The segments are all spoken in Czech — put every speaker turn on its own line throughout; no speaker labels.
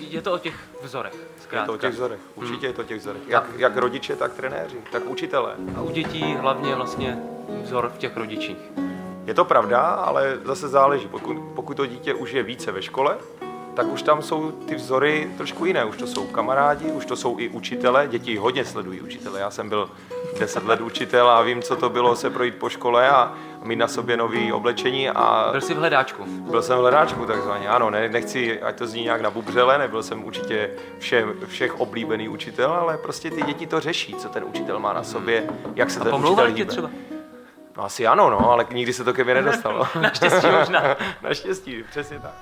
je to o těch vzorech.
Je to o těch
Zkrátka.
vzorech. Určitě je to o těch vzorech. Jak, jak rodiče, tak trenéři, tak učitelé.
A u dětí hlavně vlastně vzor v těch rodičích.
Je to pravda, ale zase záleží. Pokud, pokud to dítě už je více ve škole, tak už tam jsou ty vzory trošku jiné. Už to jsou kamarádi, už to jsou i učitele. Děti hodně sledují učitele. Já jsem byl 10 let učitel a vím, co to bylo se projít po škole a mít na sobě nový oblečení a
Byl jsi v hledáčku.
byl jsem v hledáčku takzvaně. Ano, ne, nechci, ať to zní nějak na bubřele, nebyl jsem určitě vše, všech oblíbený učitel, ale prostě ty děti to řeší, co ten učitel má na sobě, jak se ten učitel
Pomlouvali tě
hýbe.
třeba?
No asi ano, no, ale nikdy se to ke mně nedostalo.
Naštěstí možná.
Naštěstí, přesně tak.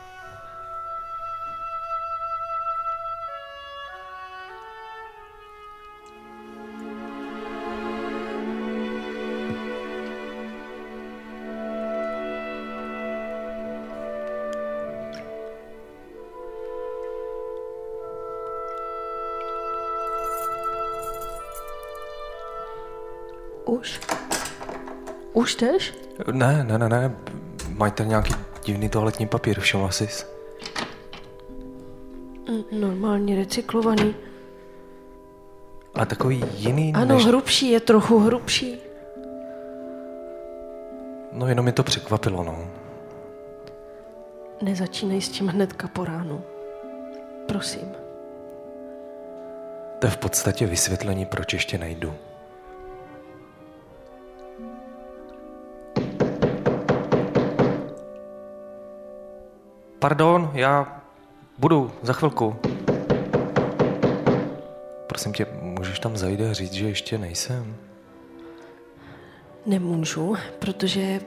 Už? Už jdeš?
Ne, ne, ne, ne. Máte nějaký divný toaletní papír, všem asi.
N- Normálně recyklovaný.
A takový jiný
Ano,
než...
hrubší je trochu hrubší.
No jenom mě to překvapilo, no.
Nezačínej s tím hnedka po ránu. Prosím.
To je v podstatě vysvětlení, proč ještě nejdu. Pardon, já budu za chvilku. Prosím tě, můžeš tam zajít a říct, že ještě nejsem?
Nemůžu, protože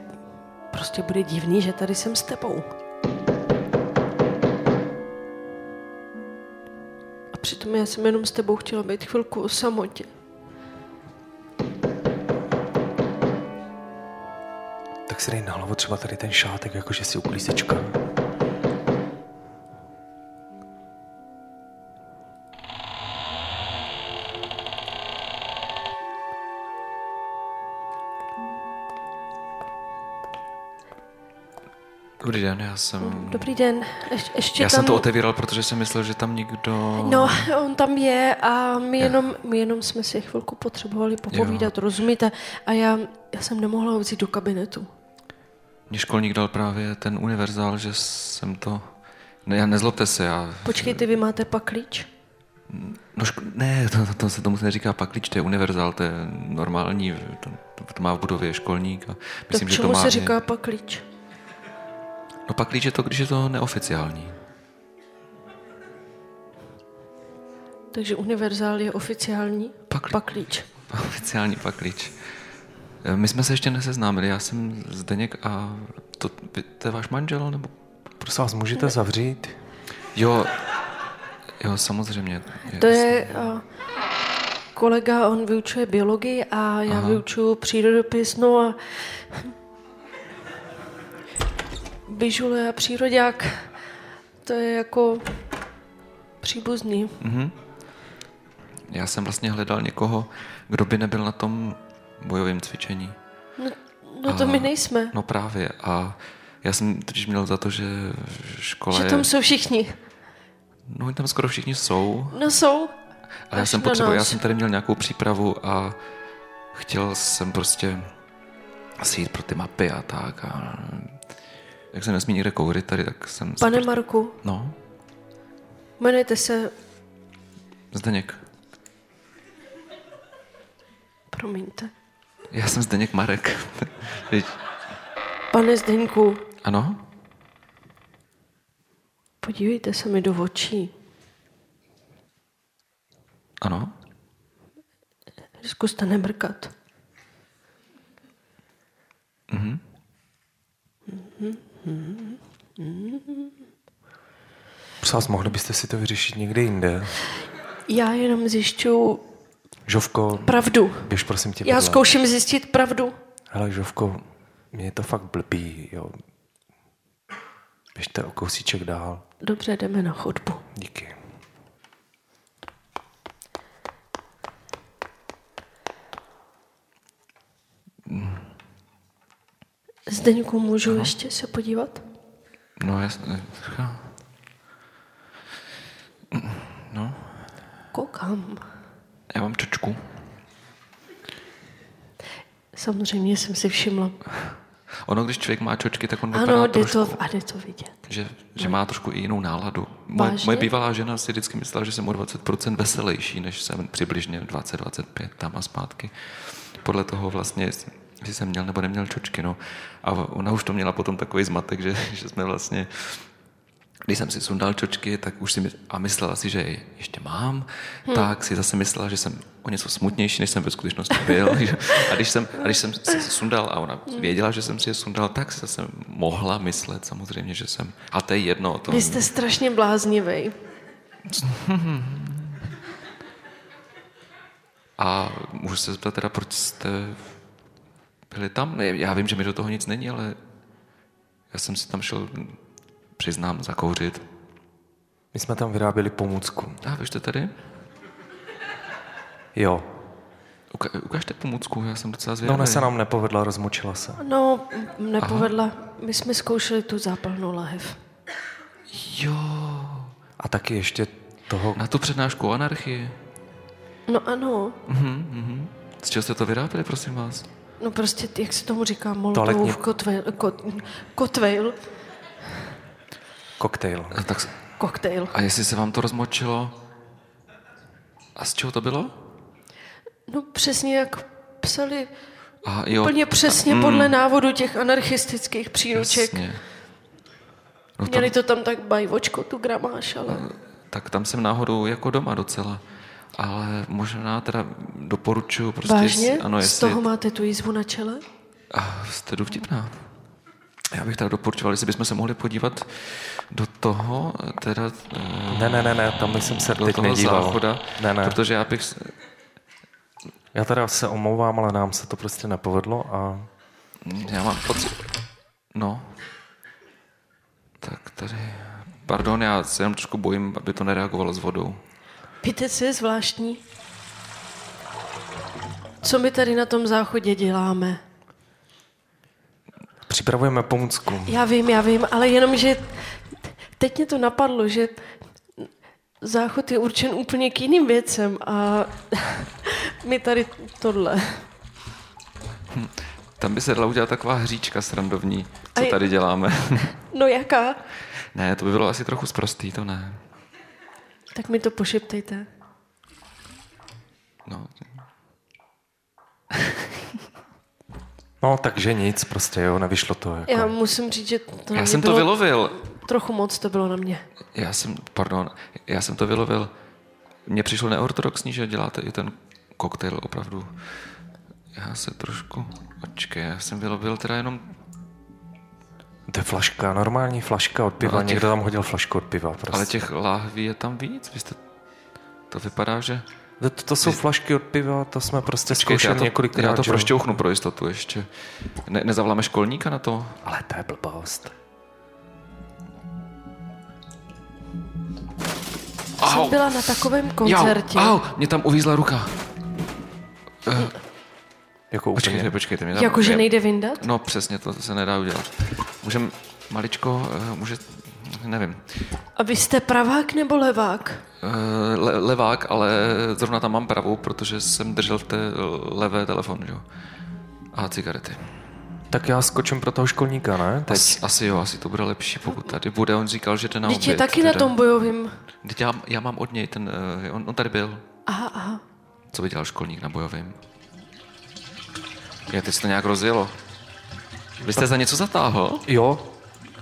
prostě bude divný, že tady jsem s tebou. A přitom já jsem jenom s tebou chtěla být chvilku o samotě.
Tak si dej na hlavu třeba tady ten šátek, jakože si uklízečka.
Dobrý den, já jsem...
Dobrý den, Ješ- ještě
Já
tam...
jsem to otevíral, protože jsem myslel, že tam někdo...
No, on tam je a my jenom, my jenom jsme si chvilku potřebovali popovídat, jo. rozumíte? A já, já jsem nemohla ho vzít do kabinetu.
Mě školník dal právě ten univerzál, že jsem to... Ne, já- nezlobte se, já...
Počkejte, vy máte pak klíč?
No šk- ne, to, to, to, se tomu se neříká paklíč, to je univerzál, to je normální, to, to, to má v budově školník a myslím,
tak
že to
čemu
má...
se
i-
říká pak klíč?
No paklíč je to, když je to neoficiální.
Takže univerzál je oficiální
Pak-
pak klíč.
Oficiální paklíč. E, My jsme se ještě neseznámili, já jsem Zdeněk a to, vy- to je váš manžel, nebo...
Prosím vás, můžete zavřít?
Jo, jo, samozřejmě.
To je a, kolega, on vyučuje biologii a já Aha. vyučuju přírodopis, no a bižule a příroďák, to je jako příbuzný.
Já jsem vlastně hledal někoho, kdo by nebyl na tom bojovém cvičení.
No to my nejsme,
No právě a já jsem totiž měl za to, že škola
že
je...
tam jsou všichni.
No oni tam skoro všichni jsou,
No jsou.
ale já
Až
jsem
na
potřeboval, já
nás.
jsem tady měl nějakou přípravu a chtěl jsem prostě si jít pro ty mapy a tak a jak se nesmí někde kouřit tady, tak jsem... se
Pane
prostě-
Marku,
No,
jmenujete se,
Zdeněk.
promiňte,
Já jsem Zdeněk Marek. Teď-
pane Zdeňku,
ano?
podívejte se mi do očí.
Ano?
Zkuste nebrkat. Mhm.
Mhm. Prosím vás, mohli byste si to vyřešit někde jinde?
Já jenom zjišťuju
Žovko,
pravdu.
běž prosím tě
Já
vedle.
zkouším zjistit pravdu.
Hele, Žovko, mě je to fakt blbý, jo. Běžte o kousíček dál.
Dobře, jdeme na chodbu.
Díky.
Zdeňku, můžu Aha. ještě se podívat?
No jasně.
koukám.
Já mám čočku.
Samozřejmě jsem si všimla.
Ono, když člověk má čočky, tak on vypadá
Ano, jde
trošku,
to, a jde to vidět.
že, že má trošku i jinou náladu. Moje,
Vážně?
moje bývalá žena si vždycky myslela, že jsem o 20% veselější, než jsem přibližně 20-25 tam a zpátky. Podle toho vlastně, jestli jestli jsem měl nebo neměl čočky. No. A ona už to měla potom takový zmatek, že, že jsme vlastně když jsem si sundal čočky, tak už si my, a myslela si, že je ještě mám,
Hm.
hmm. tak si zase myslela, že jsem o něco smutnější, než jsem ve skutečnosti byl. A když jsem, a když jsem si sundal a ona
Hm.
věděla, že jsem si je sundal, tak si zase mohla myslet samozřejmě, že jsem. A to je jedno. To,
Vy jste strašně bláznivý.
A můžu se zeptat teda, proč jste byli tam? Ne, Já vím, že mi do toho nic není, ale já jsem si tam šel, přiznám, zakouřit.
My jsme tam vyráběli pomůcku.
A vy jste tady?
Jo.
Uka- ukažte pomůcku, já jsem docela
No,
zvědavý.
ne se nám nepovedla, rozmočila se.
No, m- nepovedla. My jsme zkoušeli tu zápalnou lahev.
Jo,
A taky ještě toho...
Na tu přednášku o anarchii.
No ano,
Z čeho jste to vyráběli, prosím vás?
no prostě, t- jak se tomu říká,
Toaletní-
molotovův kotvejl, kot, kotvejl,
Koktejl.
A, tak, s-
koktejl.
a jestli se vám to rozmočilo? A z čeho to bylo?
No přesně jak psali,
A jo, Mm.
úplně přesně podle návodu těch anarchistických příruček.
jasně. No tam,
Měli to tam tak bajvočko, tu gramáž, ale...
tak tam jsem náhodou jako doma docela. Ale možná teda doporučuji prostě...
Vážně?
Jestli, ano,
Z
jestli
toho máte tu jízvu na čele?
A jste dovtipná. Já bych teda doporučoval, jestli bychom se mohli podívat do toho, teda... eh,
Ne, ne, ne, ne, tam bych jsem se
do
teď
toho
nedíval.
záchoda,
ne, ne.
protože já bych s-
Já teda se omlouvám, ale nám se to prostě nepovedlo a
Já mám pocit... No. Tak tady... Pardon, já se jenom trošku bojím, aby to nereagovalo s vodou.
Víte, co je zvláštní? Co my tady na tom záchodě děláme?
připravujeme pomůcku.
Já vím, já vím, ale jenom, že teď mě to napadlo, že záchod je určen úplně k jiným věcem a my tady tohle.
Tam by se dala udělat taková hříčka srandovní, co
Aj.
tady děláme.
No jaká?
ne, to by bylo asi trochu sprostý, to ne.
Tak mi to pošeptejte.
No.
No, takže nic, prostě jo, nevyšlo to. Jako.
Já musím říct, že to na
Já
mě
jsem to
bylo
vylovil.
trochu moc, to bylo na mě.
Já jsem, pardon, já jsem to vylovil. Mně přišlo neortodoxní, že děláte i ten koktejl opravdu. Já se trošku... Počkej, já jsem vylovil teda jenom
To je flaška, normální flaška od piva.
No a
No
těch-
Někdo tam hodil flašku od piva. Prostě.
Ale těch láhví je tam víc, vy jste... To vypadá, že...
To, to jsou flašky od piva, to jsme prostě
Počkejte,
zkoušeli několikrát.
já to
že jo.
prošťouchnu pro jistotu ještě. Ne, nezavoláme školníka na to?
Ale to je blbost.
Jsem byla na takovém koncertě.
Jau, au, mě tam uvízla ruka.
Jako úplně.
Počkejte, počkejte. Mě tam,
Jakože
mě-
nejde vyndat?
No přesně, to se nedá udělat. Můžem maličko, eh, může... Nevím.
A vy jste pravák nebo levák?
Eh, Le, levák, ale zrovna tam mám pravou, protože jsem držel v té levé telefon, že jo. A cigarety.
Tak já skočím pro toho školníka, ne? Teď.
Asi, asi jo, asi to bude lepší, pokud tady bude. On říkal, že jde na
Teď je
oběd,
taky na
No, teda.
tom bojovým.
Teď já, já mám od něj ten, eh, on, on tady byl,
Aha, aha.
co by dělal školník na bojovém. Já teď se to nějak rozjelo. Vy jste za něco zatáhl?
Jo,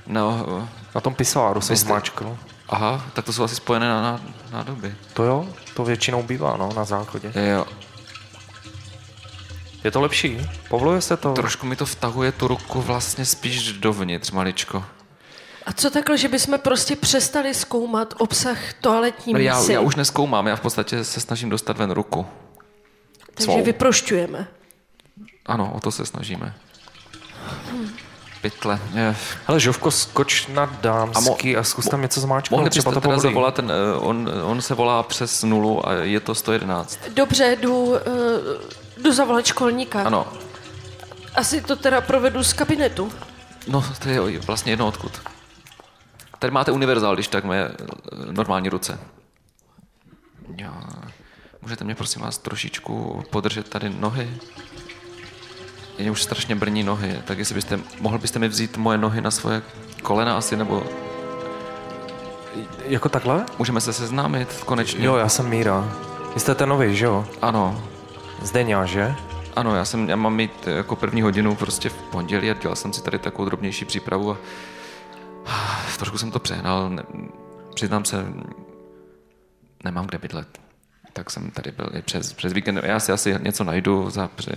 No, eh,
na tom pisáru jsem
jste-
zmáčkl.
aha, tak to jsou asi spojené na, na, nádoby.
To jo, to většinou bývá, no, na záchodě.
Jo,
Je to lepší? Povoluje se to?
trošku mi to vtahuje tu ruku vlastně spíš dovnitř maličko.
A co takhle, že bychom prostě přestali zkoumat obsah toaletní
No,
mísy?
já, já už neskoumám, já v podstatě se snažím dostat ven ruku.
Takže
svou.
vyprošťujeme.
Ano, o to se snažíme. Pytle. Je.
Hele, Žovko, skoč na dámský a, mo- a zkus tam něco zmáčknout.
Mohli byste
třeba to
teda
povolí.
zavolat, ten, eh, on, on se volá přes nulu a je to 111.
Dobře, jdu, uh, jdu zavolat školníka.
Ano,
Asi to teda provedu z kabinetu.
no to je vlastně jedno odkud. Tady máte univerzál, když tak moje eh, normální ruce. Jo. Můžete mě prosím vás trošičku podržet tady nohy? Mě už strašně brní nohy, tak jestli byste, mohl byste mi vzít moje nohy na svoje kolena asi, nebo
Jako takhle?
můžeme se seznámit konečně?
Jo, já jsem Míra. Vy jste ten nový, že jo?
Ano,
Zdeňa, že?
ano, já jsem, já mám mít jako první hodinu prostě v pondělí a dělal jsem si tady takovou drobnější přípravu a trošku jsem to přehnal, ne, přiznám se, nemám kde bydlet. Tak jsem tady byl i přes, přes víkend, já si asi něco najdu za, přes,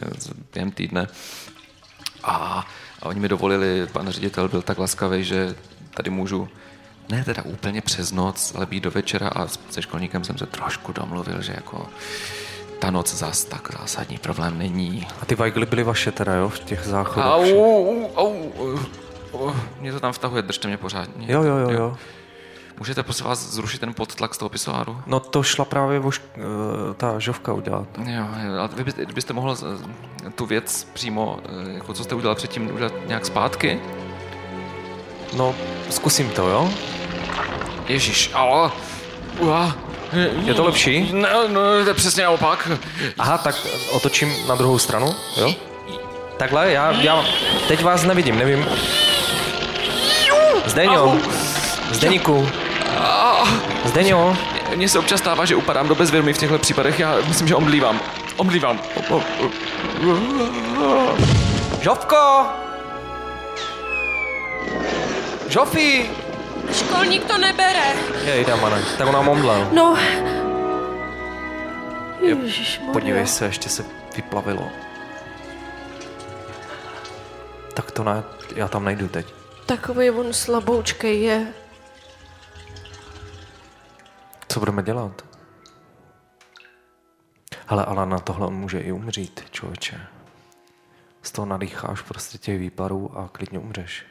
během týdne. A, a oni mi dovolili, pan ředitel byl tak laskavý, že tady můžu ne teda úplně přes noc, ale být do večera a s- se školníkem jsem se trošku domluvil, že jako ta noc zas tak zásadní problém není.
A ty vajgly byly vaše teda, jo? V těch záchodech.
Au,
všech.
au, au, au, mě to tam vtahuje, držte mě pořádně.
Jo, jo, jo, jo.
Můžete prosím vás zrušit ten podtlak z toho pisoáru?
No to šla právě voš, eh, ta žovka udělat.
Jo, jo, a vy byste, byste mohl eh, tu věc přímo, eh, jako co jste udělal předtím, udělat nějak zpátky?
No, zkusím to, jo?
Ježíš, ale... Ua,
Je to lepší?
Ne, no, to je přesně naopak.
Aha, tak otočím na druhou stranu, jo? Takhle, já, já teď vás nevidím, nevím. Zdeňo, Zdeníku, Zdeňo,
Mně se občas stává, že upadám do bezvědomí v těchto případech. Já myslím, že omdlívám. Omdlívám. O, o, o.
Žovko! Žofi!
Školník to nebere.
Jej, damane, tak ona momlel.
No. Ježišmarja.
Podívej se, ještě se vyplavilo. Tak to ne, já tam nejdu teď.
Takový on slaboučkej je.
Co budeme dělat? Hele, ale na tohle on může i umřít, člověče. Z toho nadýcháš prostě těch výparů a klidně umřeš.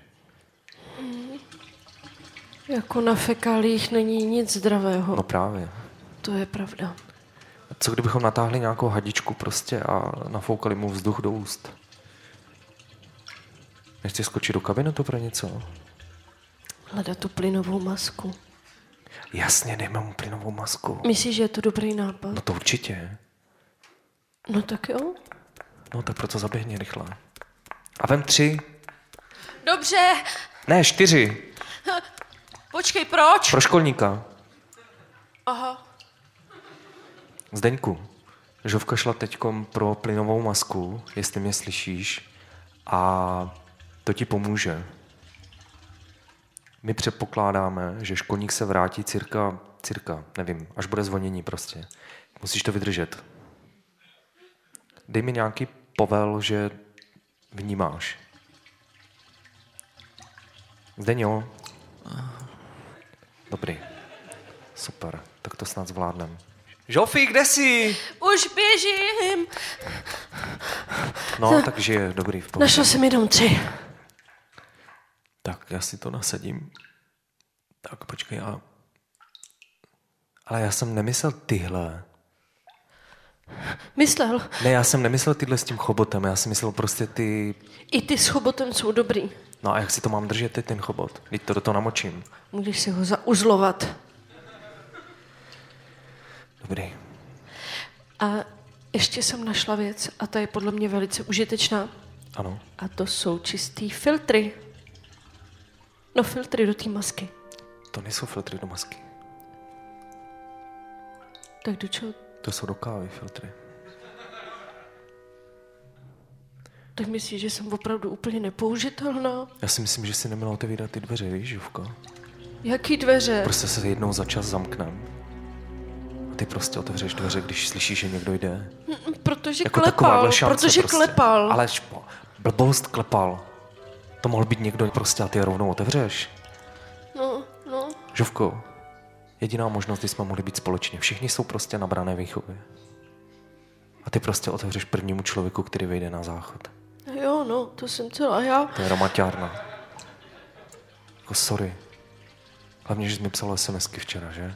Jako na fekálích není nic zdravého.
No právě.
To je pravda.
Co kdybychom natáhli nějakou hadičku prostě a nafoukali mu vzduch do úst? Nechci skočit do kabinetu pro něco?
Hledat tu plynovou masku.
Jasně, dejme mu plynovou masku.
Myslíš, že je to dobrý nápad?
No to určitě.
No tak jo.
No tak proto zaběhni rychle. A vem tři.
Dobře,
Ne, čtyři.
počkej, proč?
Pro školníka.
Aha.
Zdeňku, Žovka šla teďkom pro plynovou masku, jestli mě slyšíš, a to ti pomůže. My předpokládáme, že školník se vrátí cirka, cirka, nevím, až bude zvonění prostě. Musíš to vydržet. Dej mi nějaký povel, že vnímáš. Zdeňo. Dobrý. Super, tak to snad zvládnem. Žofi, kde jsi?
Už běžím.
No, takže je dobrý v pohodě.
Našla jsem jenom tři.
Tak já si to nasadím. Tak počkej, a... Ale já jsem nemyslel tyhle.
Myslel,
Ne, já jsem nemyslel tyhle s tím chobotem, já jsem myslel prostě ty...
i ty s chobotem jsou dobrý.
No a jak si to mám držet teď ten chobot? Teď to do toho namočím.
Můžeš si ho zauzlovat.
Dobrý.
A ještě jsem našla věc, a ta je podle mě velice užitečná.
Ano.
A to jsou čistý filtry. No filtry do té masky.
To nejsou filtry do masky.
Tak do čeho?
To jsou do kávy filtry.
Tak myslíš, že jsem opravdu úplně nepoužitelná?
Já si myslím, že si neměla otevírat ty dveře, víš, Živko?
Jaký dveře?
Prostě se jednou za čas zamknem. A ty prostě otevřeš dveře, když slyšíš, že někdo jde.
Protože
Jako
klepal,
takováhle šance
protože
prostě.
klepal.
Ale špo, blbost klepal. To mohl být někdo prostě a ty je rovnou otevřeš.
No, no.
Žovko, jediná možnost, kdy jsme mohli být společně. Všichni jsou prostě na brané výchově. A ty prostě otevřeš prvnímu člověku, který vyjde na záchod.
Jo, no, to jsem celá já.
To je romaťárna. Jako sorry. Hlavně, že jsi mi psal SMSky včera, že?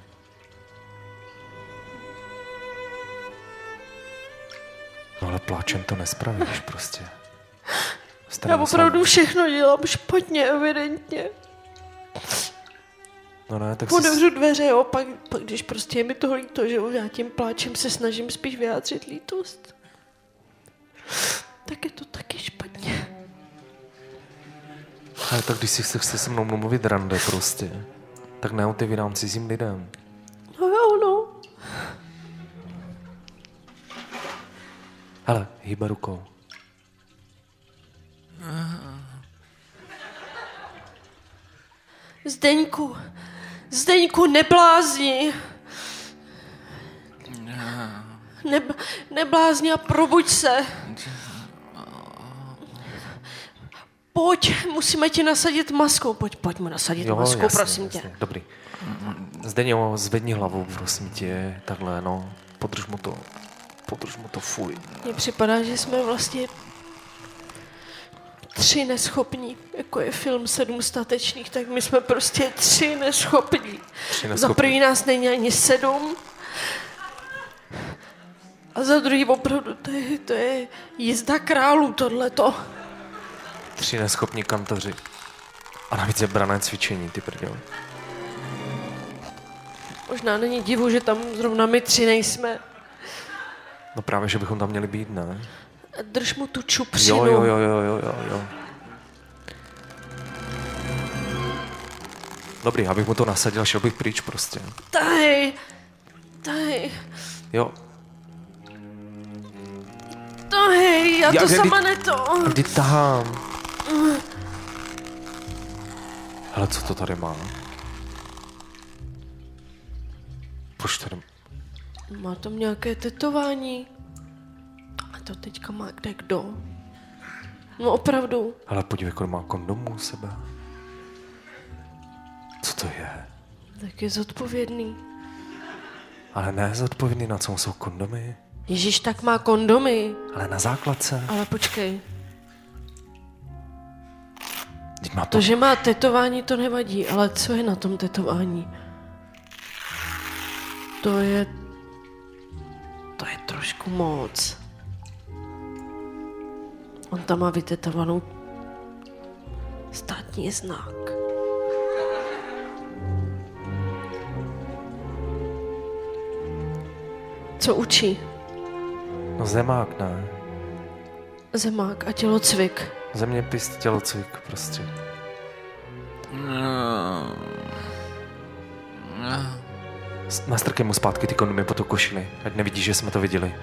No ale pláčem to nespravíš prostě. Stane
Já opravdu všechno dělám špatně, evidentně.
No ne, tak si...
Otevřu dveře, jo, pak, pak když prostě je mi toho líto, že jo, já tím pláčem se snažím spíš vyjádřit lítost. Tak je to taky špatně.
Ale tak když si chce, chce se mnou mluvit rande prostě, tak neotevírám cizím lidem.
No jo, no.
Hele, hýbe rukou.
Zdeňku, Zdeňku, neblázni. Ne, neblázni a probuď se. Pojď, musíme tě nasadit maskou. Pojď, pojďme nasadit jo, masku, jasný, prosím jasný. tě.
Dobrý. Zdeňo, zvedni hlavu, prosím tě, takhle, no. Podrž mu to, podrž mu to, fuj.
Mně připadá, že jsme vlastně tři neschopní. Jako je film Sedm statečných, tak my jsme prostě tři neschopní.
Tři
Za
neschopní.
první nás není ani sedm. A za druhý opravdu, to je, to je jízda králů tohleto.
Tři neschopní kantoři. A navíc je brané cvičení, ty prdel.
Možná není divu, že tam zrovna my tři nejsme.
No právě, že bychom tam měli být, ne?
Drž mu tu čupřinu.
Jo, jo, jo, jo, jo, jo, jo. Dobrý, abych mu to nasadil, šel bych pryč prostě.
Tady, tady,
Jo,
tady, já
Já-
to
kdy-
sama neto.
Kdy tahám? Hele, co to tady má? Proč tady...
Má tam nějaké tetování. A to teďka má kde kdo. No opravdu.
Hele, podívej, kolik má kondomů u sebe. Co to je?
Tak je zodpovědný.
Ale ne zodpovědný, na co jsou kondomy,
Ježíš tak má kondomy.
ale na základce.
Ale počkej,
Teď má to...
to, že má tetování, to nevadí, ale co je na tom tetování? To je... To je trošku moc. On tam má vytetovanou státní znak. Co učí?
No zemák, ne?
Zemák a tělocvik.
Zeměpis, tělocvik, prostě.
Eh,
S- Nastrkej mu zpátky ty kondomy po tu košili, ať nevidí, že jsme to viděli.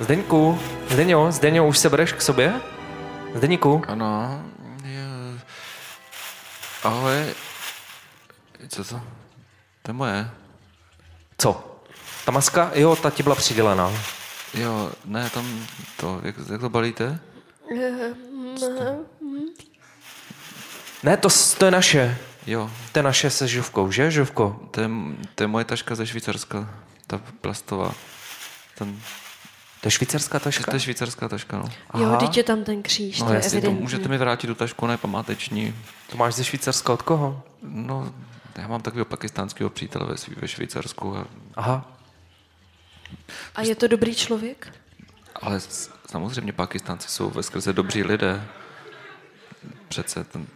Zdeňku, Zdeňo, Zdeňo, už se bereš k sobě? Zdeňku,
Ano. Je... Ahoj. Co to? To je moje.
co? Ta maska, jo, ta ti byla přidělená.
Jo, ne, tam to, jak, jak to balíte? Ehm,
Ne, to, s- to je naše.
Jo,
To je naše se živkou, že, živko?
to je, to je moje taška ze Švýcarska, ta plastová. Ten,
To je švýcarská
to
taška?
je švýcarská taška, no.
Jo,
Aha.
teď je tam ten kříž,
No
to je
jasně, to
evidentní.
můžete mi vrátit tu tašku, ona je památeční.
To máš ze Švýcarska od koho?
No, já mám takového pakistánského přítele ve, Švý- ve Švýcarsku, a,
Aha,
A je to dobrý člověk?
ale s- samozřejmě pakistánci jsou ve skrze dobří lidé. Přece ten,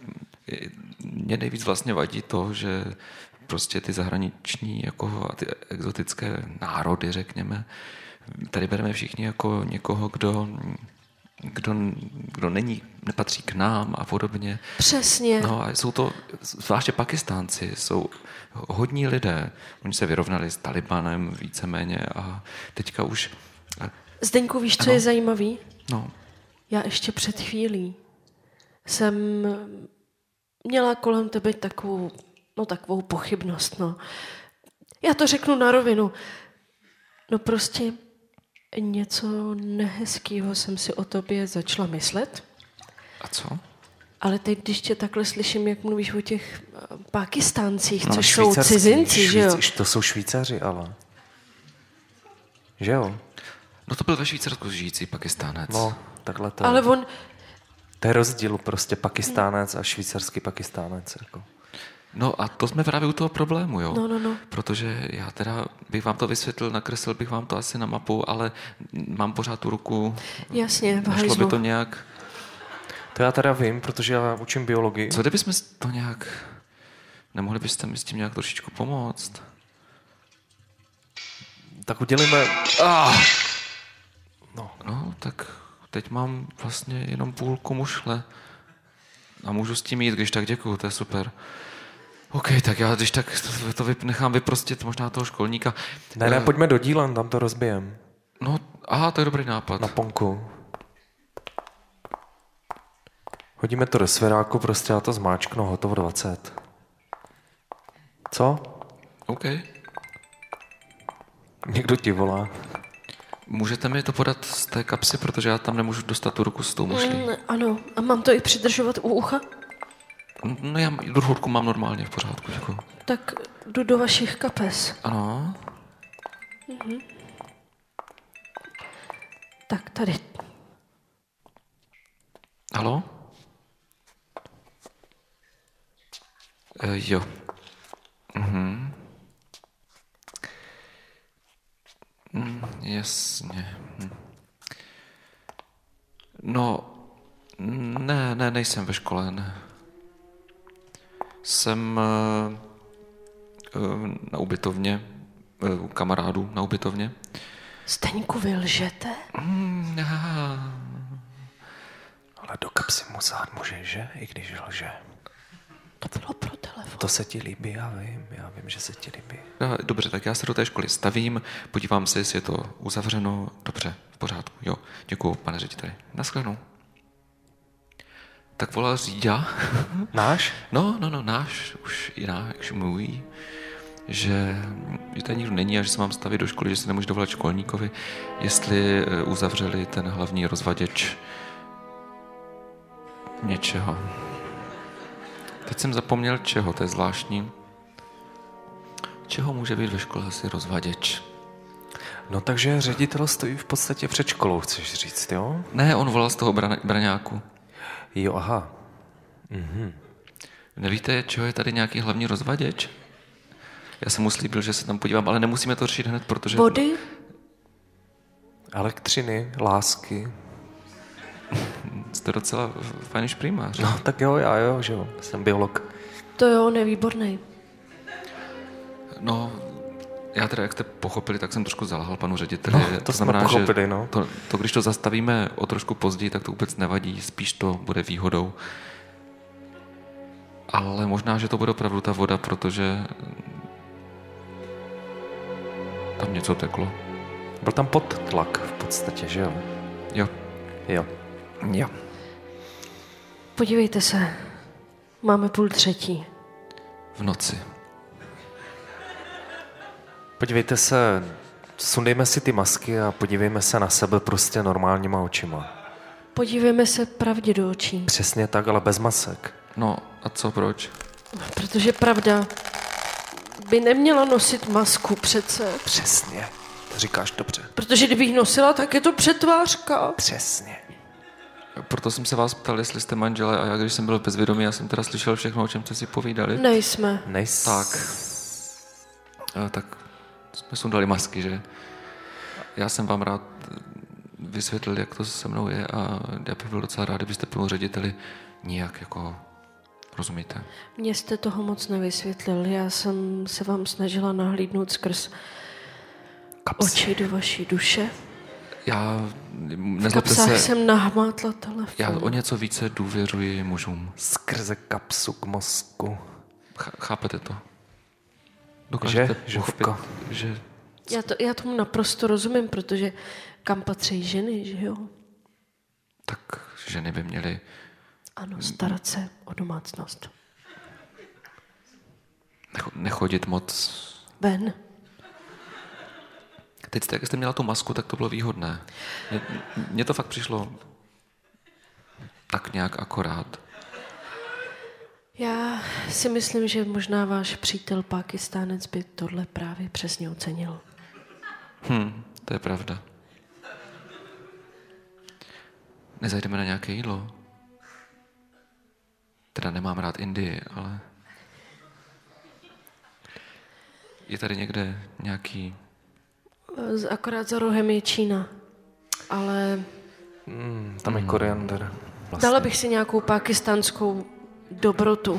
je- mě nejvíc vlastně vadí to, že prostě ty zahraniční jako a ty exotické národy, řekněme, tady bereme všichni jako někoho, kdo, kdo, kdo není, nepatří k nám a podobně.
Přesně.
No a jsou to, zvláště Pakistánci, jsou hodní lidé. Oni se vyrovnali s Talibanem víceméně a teďka už,
Zdeňku, víš, co
Ano.
je zajímavý?
no,
Já ještě před chvílí jsem měla kolem tebe takovou, no takovou pochybnost, no. Já to řeknu na rovinu. No prostě něco nehezkého jsem si o tobě začala myslet,
a co?
ale teď, když tě takhle slyším, jak mluvíš o těch eh, Pakistáncích,
No,
což jsou
švýcarský,
cizinci, že jo?
švýc- To jsou Švýcaři, ale. Že jo?
No to byl ve Švýcarsku žijící Pakistánec.
No, takhle to.
Ale
Ale...
on,
To je rozdíl prostě pakistánec a švýcarský pakistánec. Jako.
no a to jsme právě u toho problému, jo?
No, no, no.
Protože já teda bych vám to vysvětlil, nakreslil bych vám to asi na mapu, ale mám pořád tu ruku,
jasně, v
nešlo by
hajzlu.
to nějak...
To já teda vím, protože já učím biologii.
Co kdybychom s- to nějak... Nemohli byste mi s tím nějak trošičku pomoct?
Tak udělíme...
Ah. No, tak teď mám vlastně jenom půlku mušle. A můžu s tím jít, když tak děkuju, to je super. OK, tak já když tak to, to vyp, nechám vyprostit možná toho školníka.
Ne, ne,
Eh,
pojďme do dílan, tam to rozbijem.
No, aha, to je dobrý nápad.
Na ponku. Hodíme to do sféráku, prostě já to zmáčknu, hotovo 20. Co?
OK.
Někdo ti volá.
Můžete mi to podat z té kapsy, protože já tam nemůžu dostat tu ruku s tou mušlí.
Mm, ano, a mám to i přidržovat u ucha?
No, já druhou ruku mám normálně v pořádku, děkuju.
Tak jdu do vašich kapes.
Ano,
Tak tady.
Halo? Uh, jo. Mhm. Mm, jasně. Hm. No, ne, ne, nejsem ve škole, ne. Jsem uh, na ubytovně, eh, u kamarádů na ubytovně.
Steňku, vy lžete?
Mm, aha.
Ale do kapsy mu sát může, že? I když lže.
To bylo pro telefon.
To se ti líbí, já vím, já vím, že se ti líbí.
Já- No, Dobře, tak já se do té školy stavím, podívám se, jestli je to uzavřeno. Dobře, v pořádku. Jo, děkuji, pane řediteli. Naschledanou. Tak volá Říďa.
Náš?
No, no, no, náš, už i náš mluví, že, že tady nikdo není a že se mám stavit do školy, že se nemůžu dovolat školníkovi, jestli eh, uzavřeli ten hlavní rozvaděč něčeho. Teď jsem zapomněl čeho, to je zvláštní. Čeho může být ve škole asi rozvaděč?
No takže ředitel stojí v podstatě před školou, chceš říct, jo?
Ne, on volal z toho bran- braňáku.
Jo, aha.
Nevíte, čeho je tady nějaký hlavní rozvaděč? Já jsem mu slíbil, že se tam podívám, ale nemusíme to řešit hned, protože...
Body?
Elektřiny, lásky.
Jste docela fajn šprýmář.
No tak jo, já jo, že jo, jsem biolog.
To jo, on je výborný.
No, já teda, jak jste pochopili, tak jsem trošku zalhal panu řediteli.
No, to jsme pochopili, no.
to, to, když to zastavíme o trošku později, tak to vůbec nevadí, spíš to bude výhodou. Ale možná, že to bude opravdu ta voda, protože tam něco teklo.
Byl tam pod tlak v podstatě, že jo?
Jo.
Jo.
Jo.
Podívejte se. Máme půl třetí.
V noci.
Podívejte se, sundejme si ty masky a podívejme se na sebe prostě normálníma očima.
Podívejme se pravdě do očí.
Přesně tak, ale bez masek.
No a co, proč?
Protože pravda by neměla nosit masku přece.
Přesně. To říkáš dobře.
Protože kdyby ji nosila, tak je to přetvářka.
Přesně.
Proto jsem se vás ptal, jestli jste manželé a já, když jsem byl bezvědomý, já jsem teda slyšel všechno, o čem jste si povídali.
Nejsme.
Nejs...
Tak. A Eh, tak jsme sundali masky, že? Já jsem vám rád vysvětlil, jak to se mnou je a já bych byl docela rád, kdybyste tomu řediteli nijak jako rozumíte.
Mně jste toho moc nevysvětlil. Já jsem se vám snažila nahlídnout skrz oči do vaší duše.
Já,
V
nezlobte
kapsách
se,
jsem nahmátla telefon.
já o něco více důvěřuji mužům.
Skrze kapsu k mozku.
Ch- chápete to? Dokážete pochopit,
Žuvko?
že
Já, to, já tomu naprosto rozumím, protože kam patří ženy, že jo?
tak ženy by měly
Ano, starat se o domácnost.
necho- nechodit moc
Ven.
Teď jste, jak jste měla tu masku, tak to bylo výhodné. Mně- Mně to fakt přišlo tak nějak akorát.
Já si myslím, že možná váš přítel Pákistánec by tohle právě přesně ocenil.
Hm, To je pravda. Nezajdeme na nějaké jídlo. Teda nemám rád Indii, ale... Je tady někde nějaký...
Eh,
Vlastně.
z- Akorát za rohem je Čína, ale
Tam je koriander. Vlastně.
Dala bych si nějakou pakistánskou dobrotu.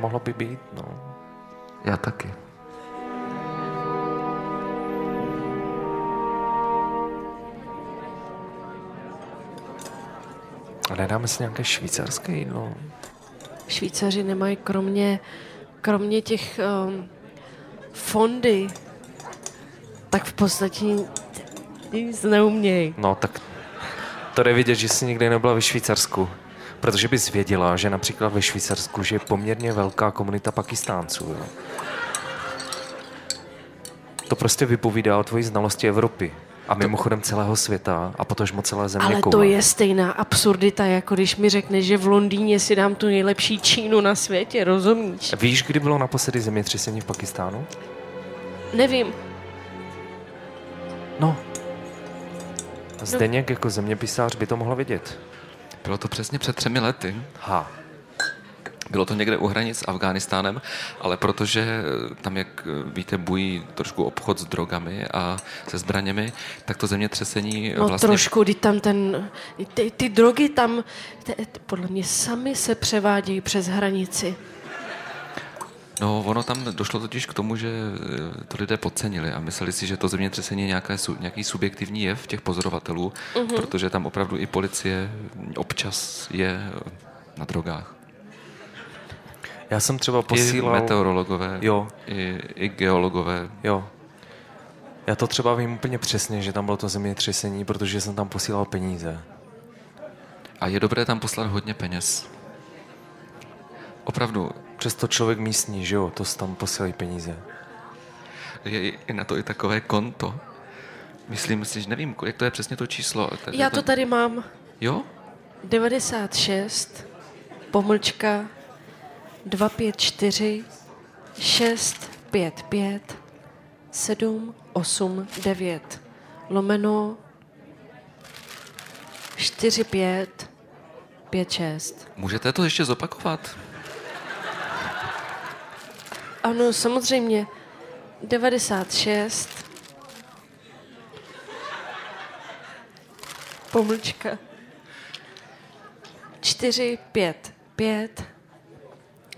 Mohlo by být, no.
Já taky.
A nedáme si nějaké švýcarské jídlo.
Švýcaři nemají kromě, kromě těch um, fondy, tak v podstatě nic neumějí.
No, tak to jde vidět, že jsi nikdy nebyla ve Švýcarsku. Protože bys věděla, že například ve Švýcarsku že je poměrně velká komunita Pakistánců. Jo. To prostě vypovídá o tvojí znalosti Evropy. A mimochodem celého světa a potažmo celé země
Ale
koule.
to je stejná absurdita, jako když mi řekne, že v Londýně si dám tu nejlepší čínu na světě, rozumíš?
Víš, kdy bylo naposledy zemětřesení v Pakistánu?
Nevím,
No. Zdeněk jako zeměpisář by to mohl vědět.
Bylo to přesně před třemi lety.
Ha.
Bylo to někde u hranic s Afghánistánem, ale protože eh, tam, jak eh, víte, bují trošku obchod s drogami a se zbraněmi, tak to zemětřesení eh,
no
vlastně...
trošku, kdy tam ten, ty, ty drogy tam, te, te- podle mě sami se převádějí přes hranici.
No, ono tam došlo totiž k tomu, že eh, to lidé podcenili a mysleli si, že to zemětřesení je nějaké, su- nějaký subjektivní jev těch pozorovatelů,
Mhm.
protože tam opravdu i policie občas je eh, na drogách.
Já jsem třeba
Posílal... I
posílal...
meteorologové,
Jo.
I, i geologové.
Jo. Já to třeba vím úplně přesně, že tam bylo to zemětřesení, protože jsem tam posílal peníze.
A je dobré tam poslat hodně peněz. Opravdu,
Přesto člověk místní, že jo, to s tam posílají peníze.
je, je na to i takové konto. Myslím si, že nevím, jak to je přesně to číslo. ale je
Já to tady mám.
Jo?
96 pomlčka 254 655 789 lomeno 45 56.
Můžete to ještě zopakovat?
Ano, samozřejmě 96 pomlčka 4, 5, 5,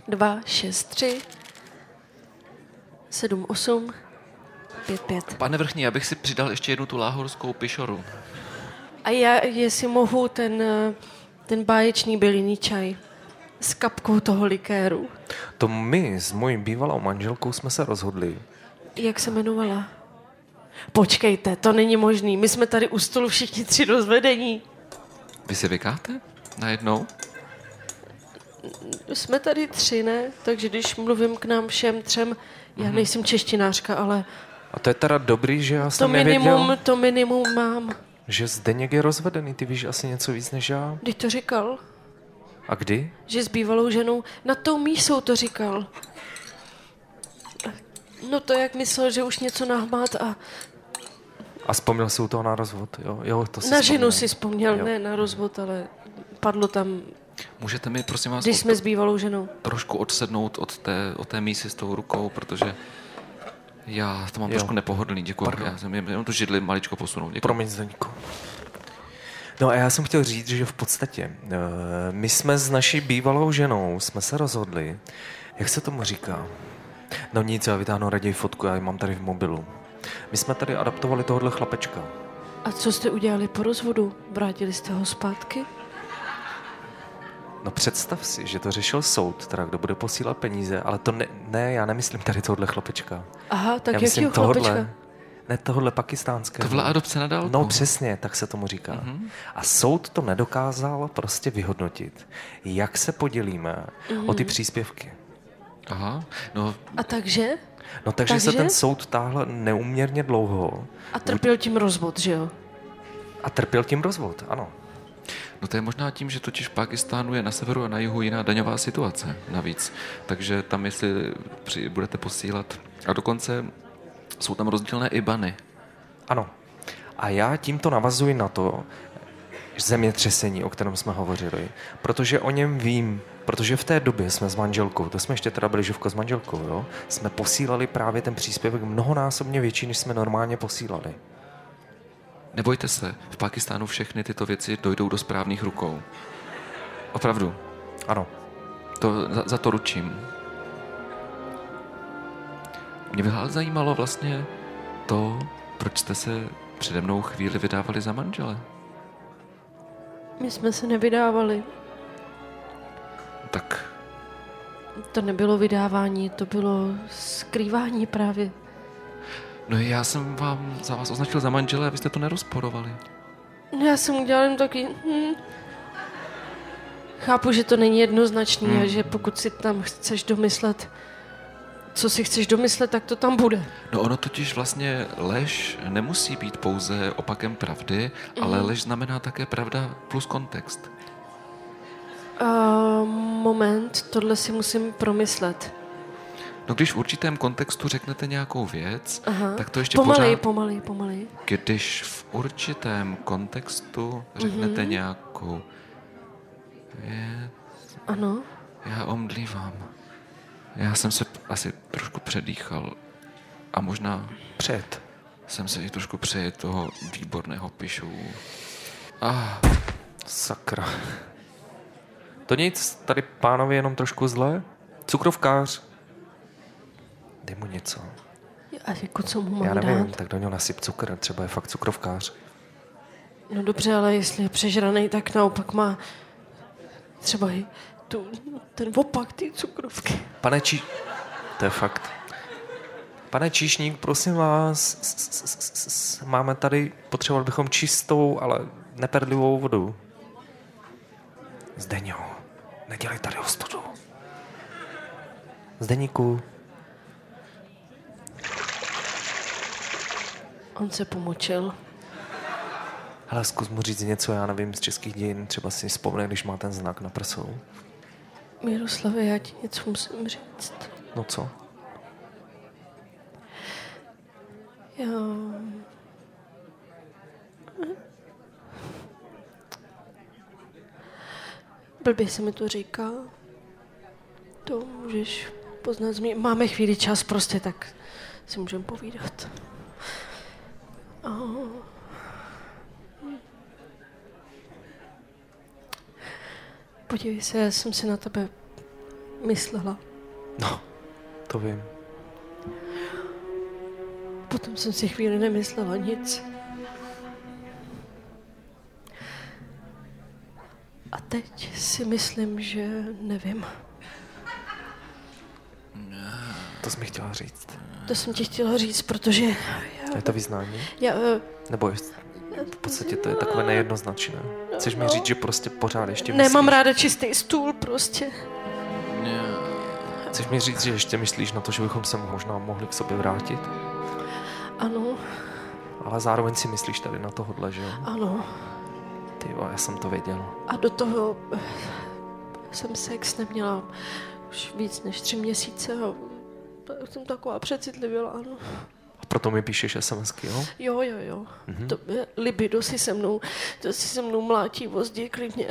2, 6, 3, 7, 8, 5, 5.
Pane vrchní, já bych si přidal ještě jednu tu láhorskou pišoru.
A já, jestli mohu, ten, eh, ten báječný bylinný čaj s kapkou toho likéru.
To my s mojí bývalou manželkou jsme se rozhodli.
Jak se jmenovala? Počkejte, to není možný. My jsme tady u stolu všichni tři rozvedení.
Vy se vykáte? Najednou?
No, Jsme tady tři, ne? Takže když mluvím k nám všem třem, já nejsem češtinářka, ale
A to je teda dobrý, že já
to
jsem
minimum,
nevěděl,
to minimum mám.
že Zdeněk je rozvedený. Ty víš asi něco víc než já.
Když to říkal?
A kdy?
že s bývalou ženou na tou mísou to říkal. No to jak myslel, že už něco nahmát a
A vzpomněl si u toho na rozvod, jo? jo to si
na ženu
vzpomněl.
si vzpomněl,
Jo.
ne na rozvod, ale padlo tam,
Můžete mi, prosím vás,
když
Když...
jsme s bývalou ženou.
trošku odsednout od té, od té mísy s tou rukou, protože já to mám
Jo.
jo. trošku nepohodlný, děkuji.
Pardon.
Já jsem jen- jenom tu židli maličko posunul. Děkuji.
Promiň, Zdeňku. No a já jsem chtěl říct, že v podstatě eh, my jsme s naší bývalou ženou jsme se rozhodli, jak se tomu říká. No nic, já vytáhnu raději fotku, já ji mám tady v mobilu. My jsme tady adaptovali tohohle chlapečka.
A co jste udělali po rozvodu? Vrátili jste ho zpátky?
No představ si, že to řešil soud, teda kdo bude posílat peníze, ale to ne, ne já nemyslím tady tohohle chlapečka.
Aha, tak
já
jakýho
myslím tohohle,
chlapečka?
ne tohohle pakistánského.
To byla adopce na dálku.
No přesně, tak se tomu říká. Mm-hmm. A soud to nedokázal prostě vyhodnotit, jak se podělíme mm-hmm. o ty příspěvky.
Aha, no
A takže?
No takže, takže se
Takže?
ten soud táhl neuměrně dlouho
A trpěl tím rozvod, že jo?
a trpěl tím rozvod, ano.
No to je možná tím, že totiž v Pakistánu je na severu a na jihu jiná daňová situace navíc. Takže tam, jestli při, budete posílat. A dokonce jsou tam rozdílné IBANy.
Ano. A já tímto navazuji na to zemětřesení, o kterém jsme hovořili, protože o něm vím, protože v té době jsme s manželkou, to jsme ještě teda byli živko s manželkou, jo, jsme posílali právě ten příspěvek mnohonásobně větší, než jsme normálně posílali.
nebojte se, v Pakistánu všechny tyto věci dojdou do správných rukou. Opravdu,
Ano,
to, za, za to ručím. Mě by ale zajímalo vlastně to, proč jste se přede mnou chvíli vydávali za manžele.
My jsme se nevydávali.
Tak
To nebylo vydávání, to bylo skrývání právě.
No já jsem vám za vás označil za manžele, abyste to nerozporovali.
No Já jsem udělala jen taky... Hm. Chápu, že to není jednoznačný
Hmm.
a že pokud si tam chceš domyslet, co si chceš domyslet, tak to tam bude.
No ono totiž vlastně lež nemusí být pouze opakem pravdy, ale lež znamená také pravda plus kontext.
Uh, moment, tohle si musím promyslet.
No když v určitém kontextu řeknete nějakou věc,
Aha.
tak to ještě
pomalej,
pořád...
pomalej, pomalej.
Když v určitém kontextu řeknete mm-hmm.
Mhm.
nějakou...
Ano.
Já omdlívám. Já jsem se asi trošku předýchal a možná
před.
jsem se i trošku přeje toho výborného pišu. Ah,
Sakra. To nic, tady pánovi jenom trošku zle. Cukrovkář. Dej mu něco.
A jako co mu mám
Já nevím,
dát?
tak do něho nasyp cukr, třeba je fakt cukrovkář.
No dobře, ale jestli je přežraný, tak naopak má třeba i tu, ten opak, ty cukrovky.
Pane Čí... To je fakt. Pane Číšník, prosím vás, s- s- s- s- s- máme tady, potřebovali bychom čistou, ale neperdlivou vodu. Zdeňo, nedělej tady ostudu. Zdeníku,
On se pomočil.
hele, zkus mu říct něco, já nevím, z českých dějin, třeba si vzpomene, když má ten znak na prsou.
Miroslavě, já ti něco musím říct.
No co?
Já... Blbě se mi to říká. To můžeš poznat z mě. Máme chvíli čas prostě, tak si můžeme povídat. A... Podívej se, já jsem si na tebe myslela.
No, to vím.
Potom jsem si chvíli nemyslela nic. A teď si myslím, že nevím.
To jsi mi chtěla říct.
To jsem ti chtěla říct, protože
Je to význání?
já... eh,
Nebo je, v podstatě to je takové nejednoznačné. Chceš mi říct, že prostě pořád ještě myslíš?
Nemám ráda čistý stůl prostě.
Chceš mi říct, že ještě myslíš na to, že bychom se možná mohli k sobě vrátit?
Ano,
Ale zároveň si myslíš tady na tohodle, že jo?
ano.
Ty jo, já jsem to věděl.
A do toho eh, jsem sex neměla už víc než tři měsíce a tak jsem taková přecitlivěla, ano.
A proto mi píšeš SMSky, jo?
Jo, jo, jo. Mm-hmm. To, eh, libido si se mnou, to si se mnou mlátí vozdě klidně.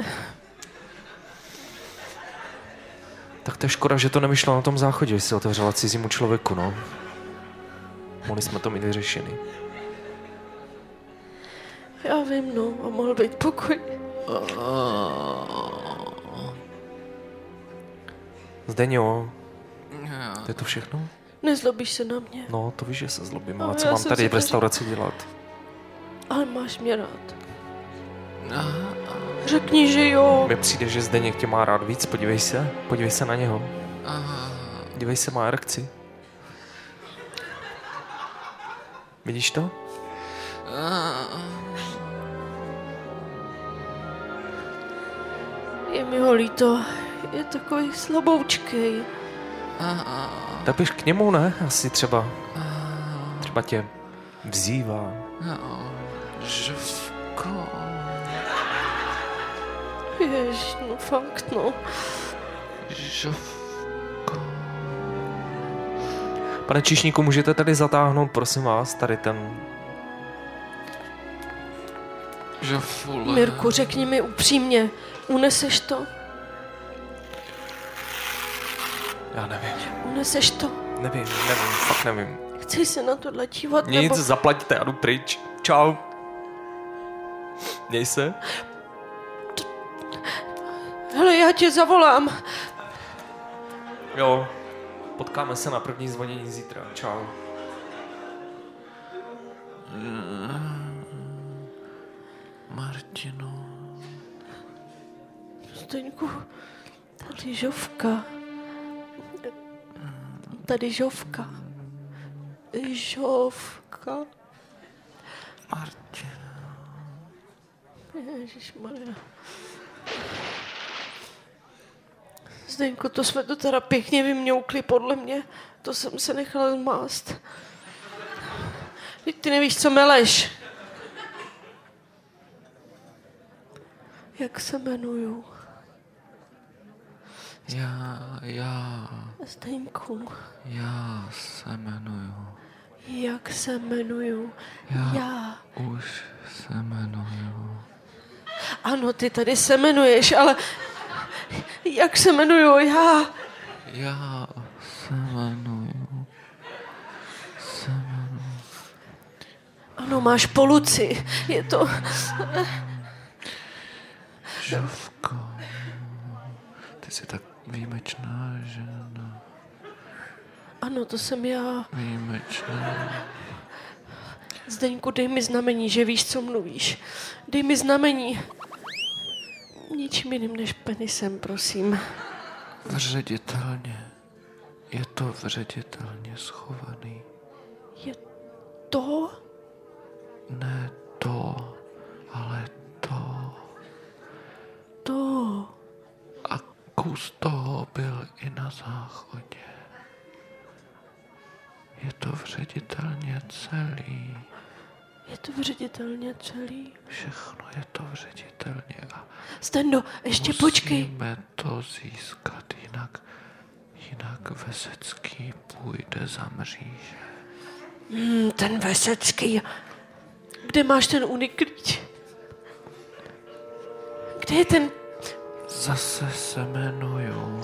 Tak to je škoda, že to nemyšlo na tom záchodě, že jsi otevřela cizímu člověku, no. Mohli jsme to mít vyřešený.
Já vím, no, a mohl být pokoj.
Zdeňo, to je to všechno?
Nezlobíš se na mě,
No, to víš, že se zlobím, ale
Ale
co
já
mám
jsem
tady
si
v
to
restauraci dělat?
ale máš mě rád. Řekni, že jo.
Mi přijde, že Zdeněk tě má rád víc, podívej se, podívej se na něho. Dívej se, má erekci. Vidíš to?
Je mi ho líto. Je takový slaboučkej.
Tak běž k němu, ne? Asi třeba. Třeba tě vzývá.
Ježiš, no fakt, no.
Pane Čišníku, můžete tady zatáhnout, prosím vás, tady ten...
Mirku, řekni mi upřímně, uneseš to?
Já nevím,
Uneseš to?
nevím, nevím, fakt nevím.
Chceš se na tohle dívat?
Nic,
Nebo...
zaplaťte, já jdu pryč. Čau.
Měj se.
Hele, já tě zavolám.
Jo, potkáme se na první zvonění zítra. Čau.
Martino.
Zdeňku, tady žovka. Tady žovka. Žovka.
Martin.
Ježišmarja. Zdeňku, to jsme to teda pěkně vymňoukli, podle mě. To jsem se nechala zmást. Teď ty nevíš, co meleš. Jak se jmenuju?
Já, já,
Zdeňku,
já se jmenuju.
jak se jmenuju?
Já.
Já.
Už se jmenuju.
Ano, ty tady se jmenuješ, ale jak se jmenuju já?
Já se jmenuju.
Ano, máš poluci. Je to...
Žovko. Ty jsi tak výjimečná žena.
Ano, to jsem já.
Výjimečná.
Zdeňku, dej mi znamení, že víš, co mluvíš. Dej mi znamení. Ničím jiným než penisem, prosím.
Vředitelně. Je to vředitelně schovaný.
Je to...
Ne to, ale to.
To...
A kus toho byl i na záchodě. Je to vředitelně celý.
Je to vředitelně celý.
Všechno je to vředitelně a
Stendo, ještě počkej.
musíme to získat, jinak, jinak Vesecký půjde za mříže.
Hmm, ten Vesecký. Kde máš ten uniklíč? Kde je ten
Zase se jmenuju.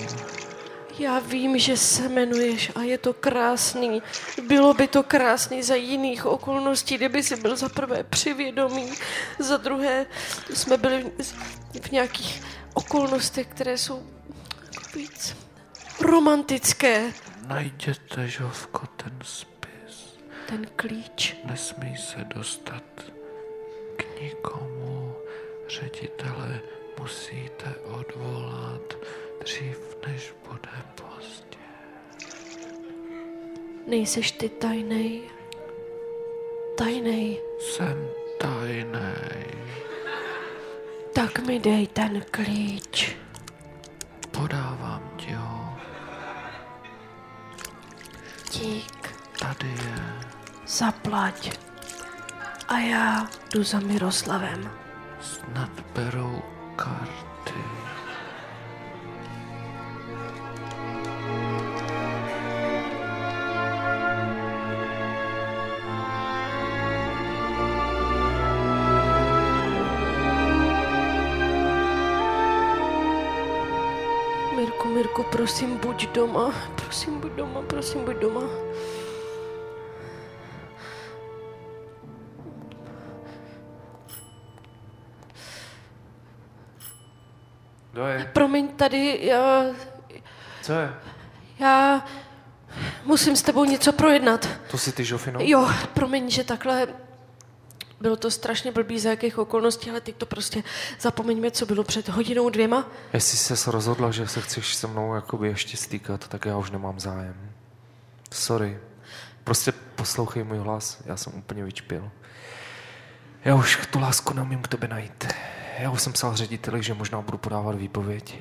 Já vím, že se jmenuješ a je to krásný. Bylo by to krásný za jiných okolností, kdyby si byl za prvé přivědomý, za druhé jsme byli v- v nějakých okolnostech, které jsou jako víc romantické.
Najděte, Žovko, ten spis.
Ten klíč.
Nesmí se dostat k nikomu. Ředitele musíte odvolat dřív, než bude pozdě.
Nejseš ty tajnej. Tajnej.
Jsem tajnej.
Tak mi dej ten klíč.
Podávám ti ho.
Dík.
Tady je.
Zaplať. A já jdu za Miroslavem.
Snad berou karty.
Mirku, Mirku, prosím, buď doma. Prosím, buď doma, prosím, buď doma.
Kdo je?
Promiň, tady já,
Co je?
já musím s tebou něco projednat.
To si ty, Žofino?
Jo, promiň, že takhle bylo to strašně blbý za jakých okolností, ale teď to prostě zapomeňme, co bylo před hodinou dvěma.
Jestli se rozhodla, že se chceš se mnou jakoby ještě stýkat, tak já už nemám zájem. Sorry. Prostě poslouchej můj hlas, já jsem úplně vyčpěl. Já už tu lásku neumím k tobě najít. Já už jsem psal řediteli, že možná budu podávat výpověď.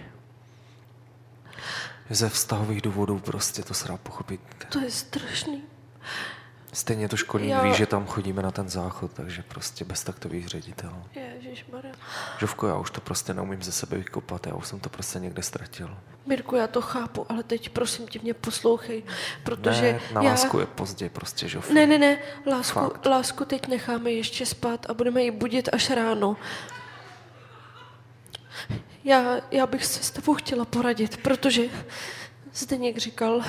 Ze vztahových důvodů prostě to se dá pochopit.
To je strašný.
Stejně to školní
Jo.
ví, že tam chodíme na ten záchod, takže prostě bez taktových ředitelů.
Ježišmarja.
Žovko, já už to prostě neumím ze sebe vykopat, já už jsem to prostě někde ztratil.
Mirku, já to chápu, ale teď prosím tě mě poslouchej, protože
Ne, na
já...
lásku je pozdě prostě, Žofko.
Ne, ne, ne, lásku,
Fakt.
lásku teď necháme ještě spát a budeme ji budit až ráno. Já, já bych se s tebou chtěla poradit, protože Zdeněk říkal,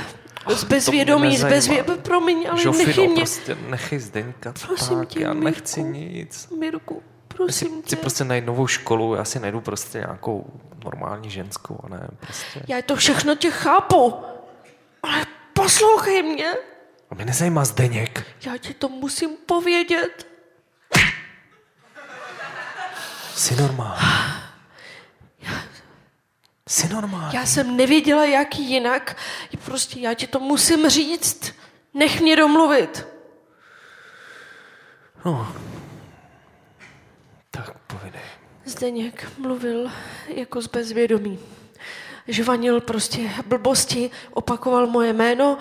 z bezvědomí, z
nezajímá.
bezvědomí, promiň, ale
Žofino,
nechy mě,
prostě nechej Zdeňka
Prosím
tak,
tě,
já nechci
Mirku.
nic.
Mirku,
si,
prosím
si
tě.
prostě najít novou školu, já si najdu prostě nějakou normální ženskou, a ne prostě.
Já to všechno tě chápu, ale poslouchej mě.
A mě nezajímá Zdeněk.
Já ti to musím povědět.
Jsi normální. Jsi normální.
Já jsem nevěděla, jak jinak. Prostě já ti to musím říct. Nech mě domluvit.
No. Tak povidej.
Zdeněk mluvil jako z bezvědomí. Žvanil prostě blbosti, opakoval moje jméno,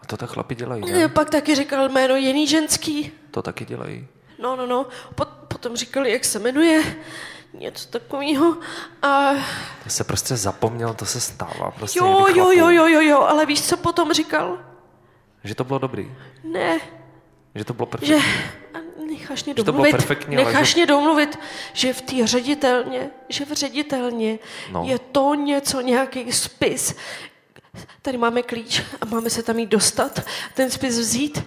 A to tak chlapi dělají,
ne?
ne?
pak taky říkal jméno jiný ženský.
To taky dělají.
No, no, no. Pot, potom říkal, jak se jmenuje, něco takového. A
To se prostě zapomněl, to se stává. Prostě
jo,
někdy
jo,
chlapům.
jo, jo, jo, jo, ale víš, co potom říkal?
Že to bylo dobrý.
Ne,
Že to bylo
že
perfektní.
a necháš mě
Že to bylo
domluvit,
perfektní, ale
necháš
že-
mě domluvit, že v té ředitelně, že v ředitelně
No.
no. je to něco, nějaký spis. Tady máme klíč a máme se tam jít dostat, ten spis vzít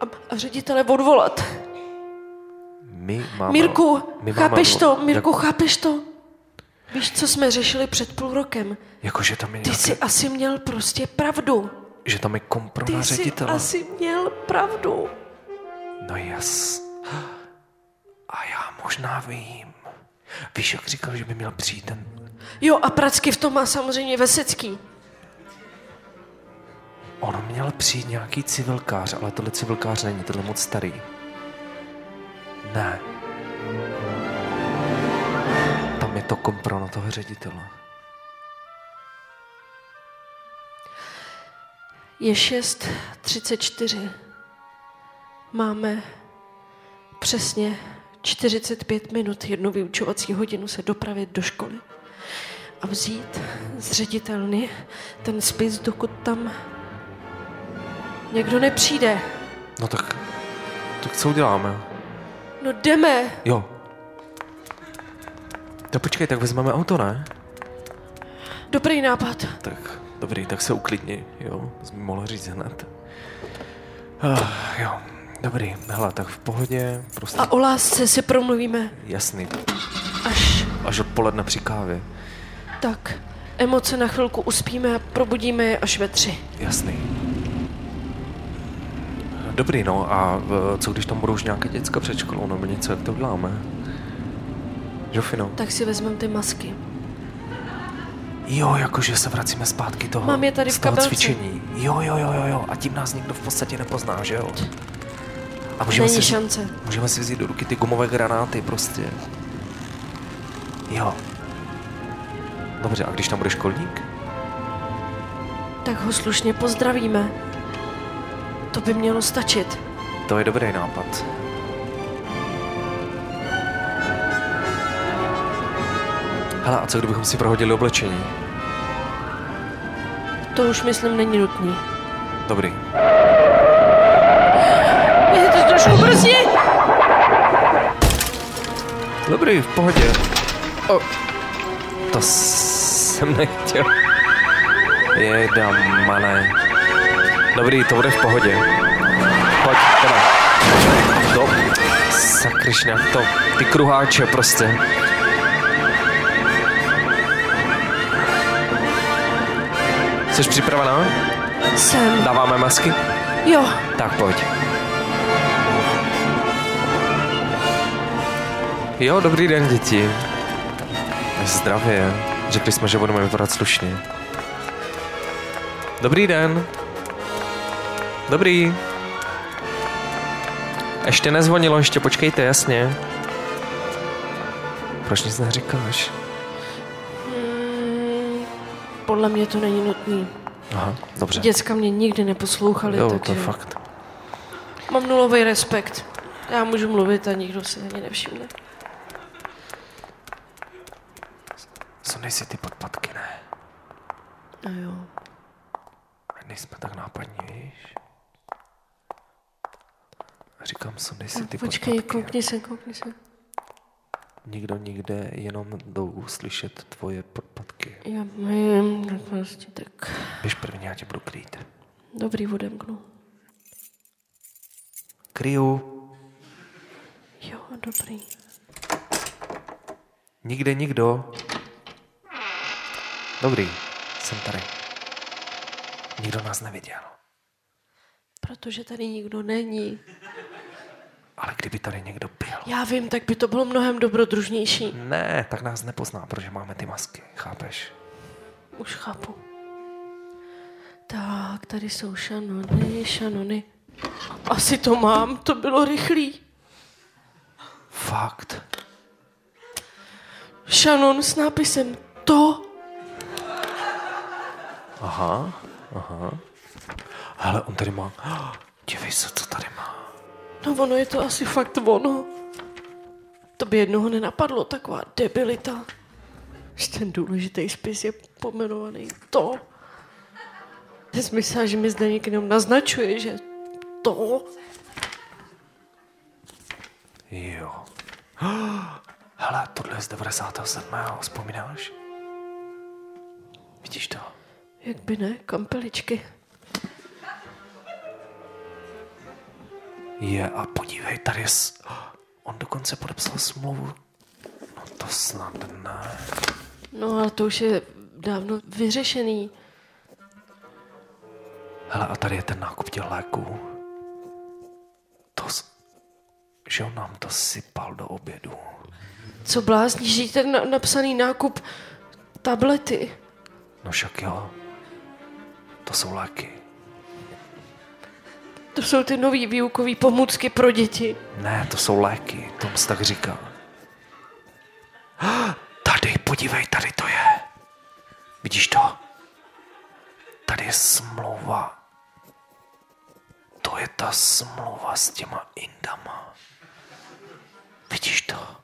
a, a ředitele odvolat.
My máme...
Mirku,
my máme-
chápeš to? Mirku, chápeš to? Víš, co jsme řešili před půl rokem?
Jako, že tam je
Ty
nějaký,
jsi asi měl prostě pravdu.
že tam je
Ty
kompromis
jsi
ředitele.
asi měl pravdu.
No jas. A já možná vím. Víš, jak říkal, že by měl přijít ten...
Jo, a pracky v tom má samozřejmě Vesecký.
On měl přijít nějaký civilkář, ale tohle civilkář není, tohle je moc starý. Ne. Tam je to kompro na toho ředitele.
Je 6.34. Máme přesně 45 minut jednu vyučovací hodinu se dopravit do školy a vzít z ředitelny ten spis, dokud tam někdo nepřijde.
No tak, tak co uděláme?
No jdeme,
Jo. Tak počkej, tak vezmeme auto, ne?
dobrý nápad.
Tak, dobrý, tak se uklidni, jo, jsi mi mohla říct hned. Ah, jo, dobrý, hele, tak v pohodě, prostě
A o lásce si promluvíme
jasný,
až
až odpoledne při kávě,
tak. Emoce na chvilku uspíme a probudíme je až ve tři.
jasný. Dobrý, no a eh, co když tam budou už nějaké děcka před školou nebo něco, jak to uděláme? Žofino.
Tak si vezmeme ty masky.
Jo, jakože se vracíme zpátky toho,
Mám je tady v
z toho
kabelce.
cvičení. Jo, jo, jo, jo, jo, a tím nás nikdo v podstatě nepozná, že jo? A můžeme
Není
si, vzít-
šance.
Můžeme si vzít do ruky ty gumové granáty prostě. Jo. Dobře, a když tam bude školník?
Tak ho slušně pozdravíme. To by mělo stačit.
To je dobrý nápad. Hele, a co kdybychom si prohodili oblečení?
To už myslím není nutný.
Dobrý.
Je to trošku brzy?
Dobrý, v pohodě. O, to jsem nechtěl. Jeda, mané. Dobrý, to bude v pohodě. Pojď, teda. To, sakryšňa, to, ty kruháče prostě. Jsi připravená?
Jsem.
Dáváme masky?
Jo,
Tak pojď. Jo, dobrý den, děti. Zdravě. Řekli jsme, že budeme vypadat slušně. Dobrý den. Dobrý. Ještě nezvonilo, ještě počkejte, jasně. Proč nic neříkáš?
Hmm, podle mě to není nutný.
Aha, dobře.
Děcka mě nikdy neposlouchali,
Jo,
takže
to je fakt.
mám nulový respekt. Já můžu mluvit a nikdo si ani nevšimne.
Sunej si ty podpatky, ne?
No jo.
Nejsme tak nápadní, víš? Říkám, sundej si ty
Počkej, jako-
podpatky.
koukni se, koukni se.
Nikdo nikde, jenom jdou slyšet tvoje podpatky.
Já vím, tak prostě tak.
Běž první, já tě budu krýt.
Dobrý, odemknu.
Kryju.
Jo, dobrý.
Nikde nikdo. Dobrý, jsem tady. Nikdo nás neviděl.
Protože tady nikdo není.
Ale kdyby tady někdo byl.
Já vím, tak by to bylo mnohem dobrodružnější.
Ne, tak nás nepozná, protože máme ty masky, chápeš?
Už chápu. Tak, tady jsou šanony, šanony. Asi to mám, to bylo rychlý.
Fakt.
Šanon s nápisem to.
Ale on tady má... Dívej se, co tady má.
No ono je to asi fakt ono. To by jednoho nenapadlo, taková debilita. Že ten důležitý spis je pomenovaný to. Já jsem myslela, že mi zde někdo naznačuje, že to.
Jo. Hele, tohle je z 97. Vzpomínáš? Vidíš to?
Jak by ne, kampeličky.
Je, a podívej, tady je... s- On dokonce podepsal smlouvu. No to snad ne.
No ale to už je dávno vyřešený.
Hele, a tady je ten nákup těch léků. To... s- Že on nám to sypal do obědu.
Co blázníš, že ten na- napsaný nákup tablety.
No však jo. To jsou léky.
To jsou ty nový výukové pomůcky pro děti.
Ne, to jsou léky, tomu se tak říká. Ah, Tady, podívej, tady to je. Vidíš to? Tady je smlouva. To je ta smlouva s těma indama. Vidíš to?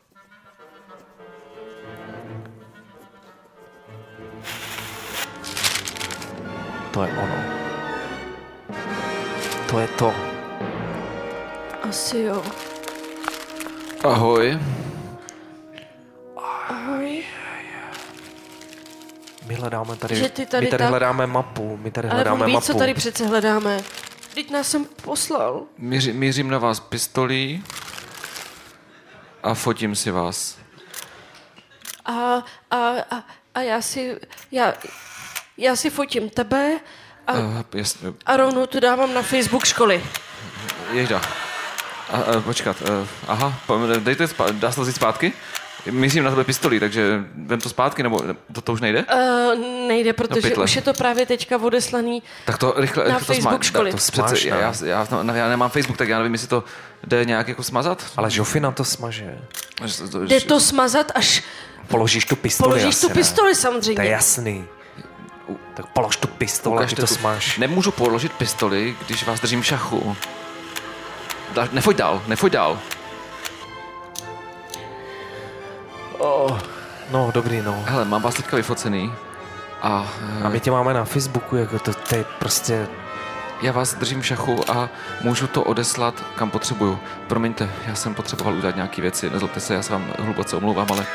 To je ono. To je to.
Asi jo.
Ahoj.
Ahoj.
My hledáme tady,
Že ty tady
my tady
tak-
hledáme mapu, my tady
Ale
hledáme
on ví,
mapu.
co tady přece hledáme. Teď nás sem poslal.
Míři, mířím na vás pistolí a fotím si vás.
A, a, a, a já si... Já, já si fotím tebe a,
Uh, jasně,
a rovnou to dávám na Facebook školy.
ježda. A, a, počkat, uh, aha, po- dejte, spa- dá se to vzít zpátky? Mířím na tebe pistolí, takže vem to zpátky, nebo to, to už nejde?
Uh, nejde, protože
pytle.
už je to právě teďka odeslaný.
Tak to rychle,
Na
rychle to
Facebook
smá-
školy.
tak To
Smaž,
přece, já,
ne?
já, já, no, já, nemám Facebook, tak já nevím, jestli to jde nějak jako smazat.
Ale Žofina to smaže.
Že- to-
Jde
že-
to smazat, až
Položíš tu pistoli
položíš
asi,
tu
ne?
pistoli
To je
samozřejmě.
jasný. Tak polož tu pistoli,
Ukažte
ty to
tu-
smáš.
Nemůžu položit pistoli, když vás držím v šachu. Da, nefoď dál, nefoď dál.
No, dobrý, no.
Hele, mám vás teďka vyfocený. A, eh,
A my tě máme na Facebooku, jako to, to je prostě...
Já vás držím v šachu a můžu to odeslat, kam potřebuju. Promiňte, já jsem potřeboval udělat nějaké věci, nezlobte se, já se vám hluboce omlouvám, ale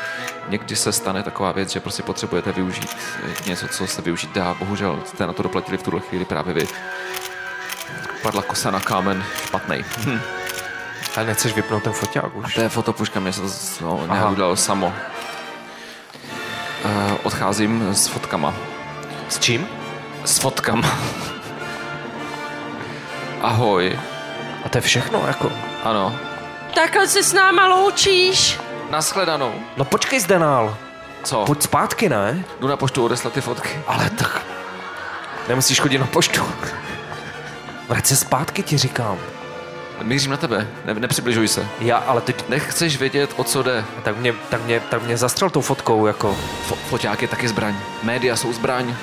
někdy se stane taková věc, že prostě potřebujete využít eh, něco, co se využít dá. Bohužel jste na to doplatili v tuhle chvíli právě vy. Padla kosa na kámen, špatnej. Hm.
Ale nechceš vypnout ten foťák už?
To je fotopuška, mě se to z- no,
Aha.
nějak udělalo samo. Eh, odcházím s fotkama.
S čím?
S fotkama. Ahoj.
A to je všechno, jako...
Ano.
Takhle se s náma loučíš.
Naschledanou.
No počkej, Zdenál.
Co?
Pojď zpátky, ne?
Jdu na poštu odeslat ty fotky.
Oh. Ale tak... Nemusíš chodit na poštu. Vrať se zpátky, ti říkám.
Mířím na tebe, ne, nepřibližuj se.
Já, ale teď...
Nechceš vědět, o co jde.
Tak mě, tak mě, tak mě zastřel tou fotkou, jako...
Fo- foťák je taky zbraň. Média jsou zbraň.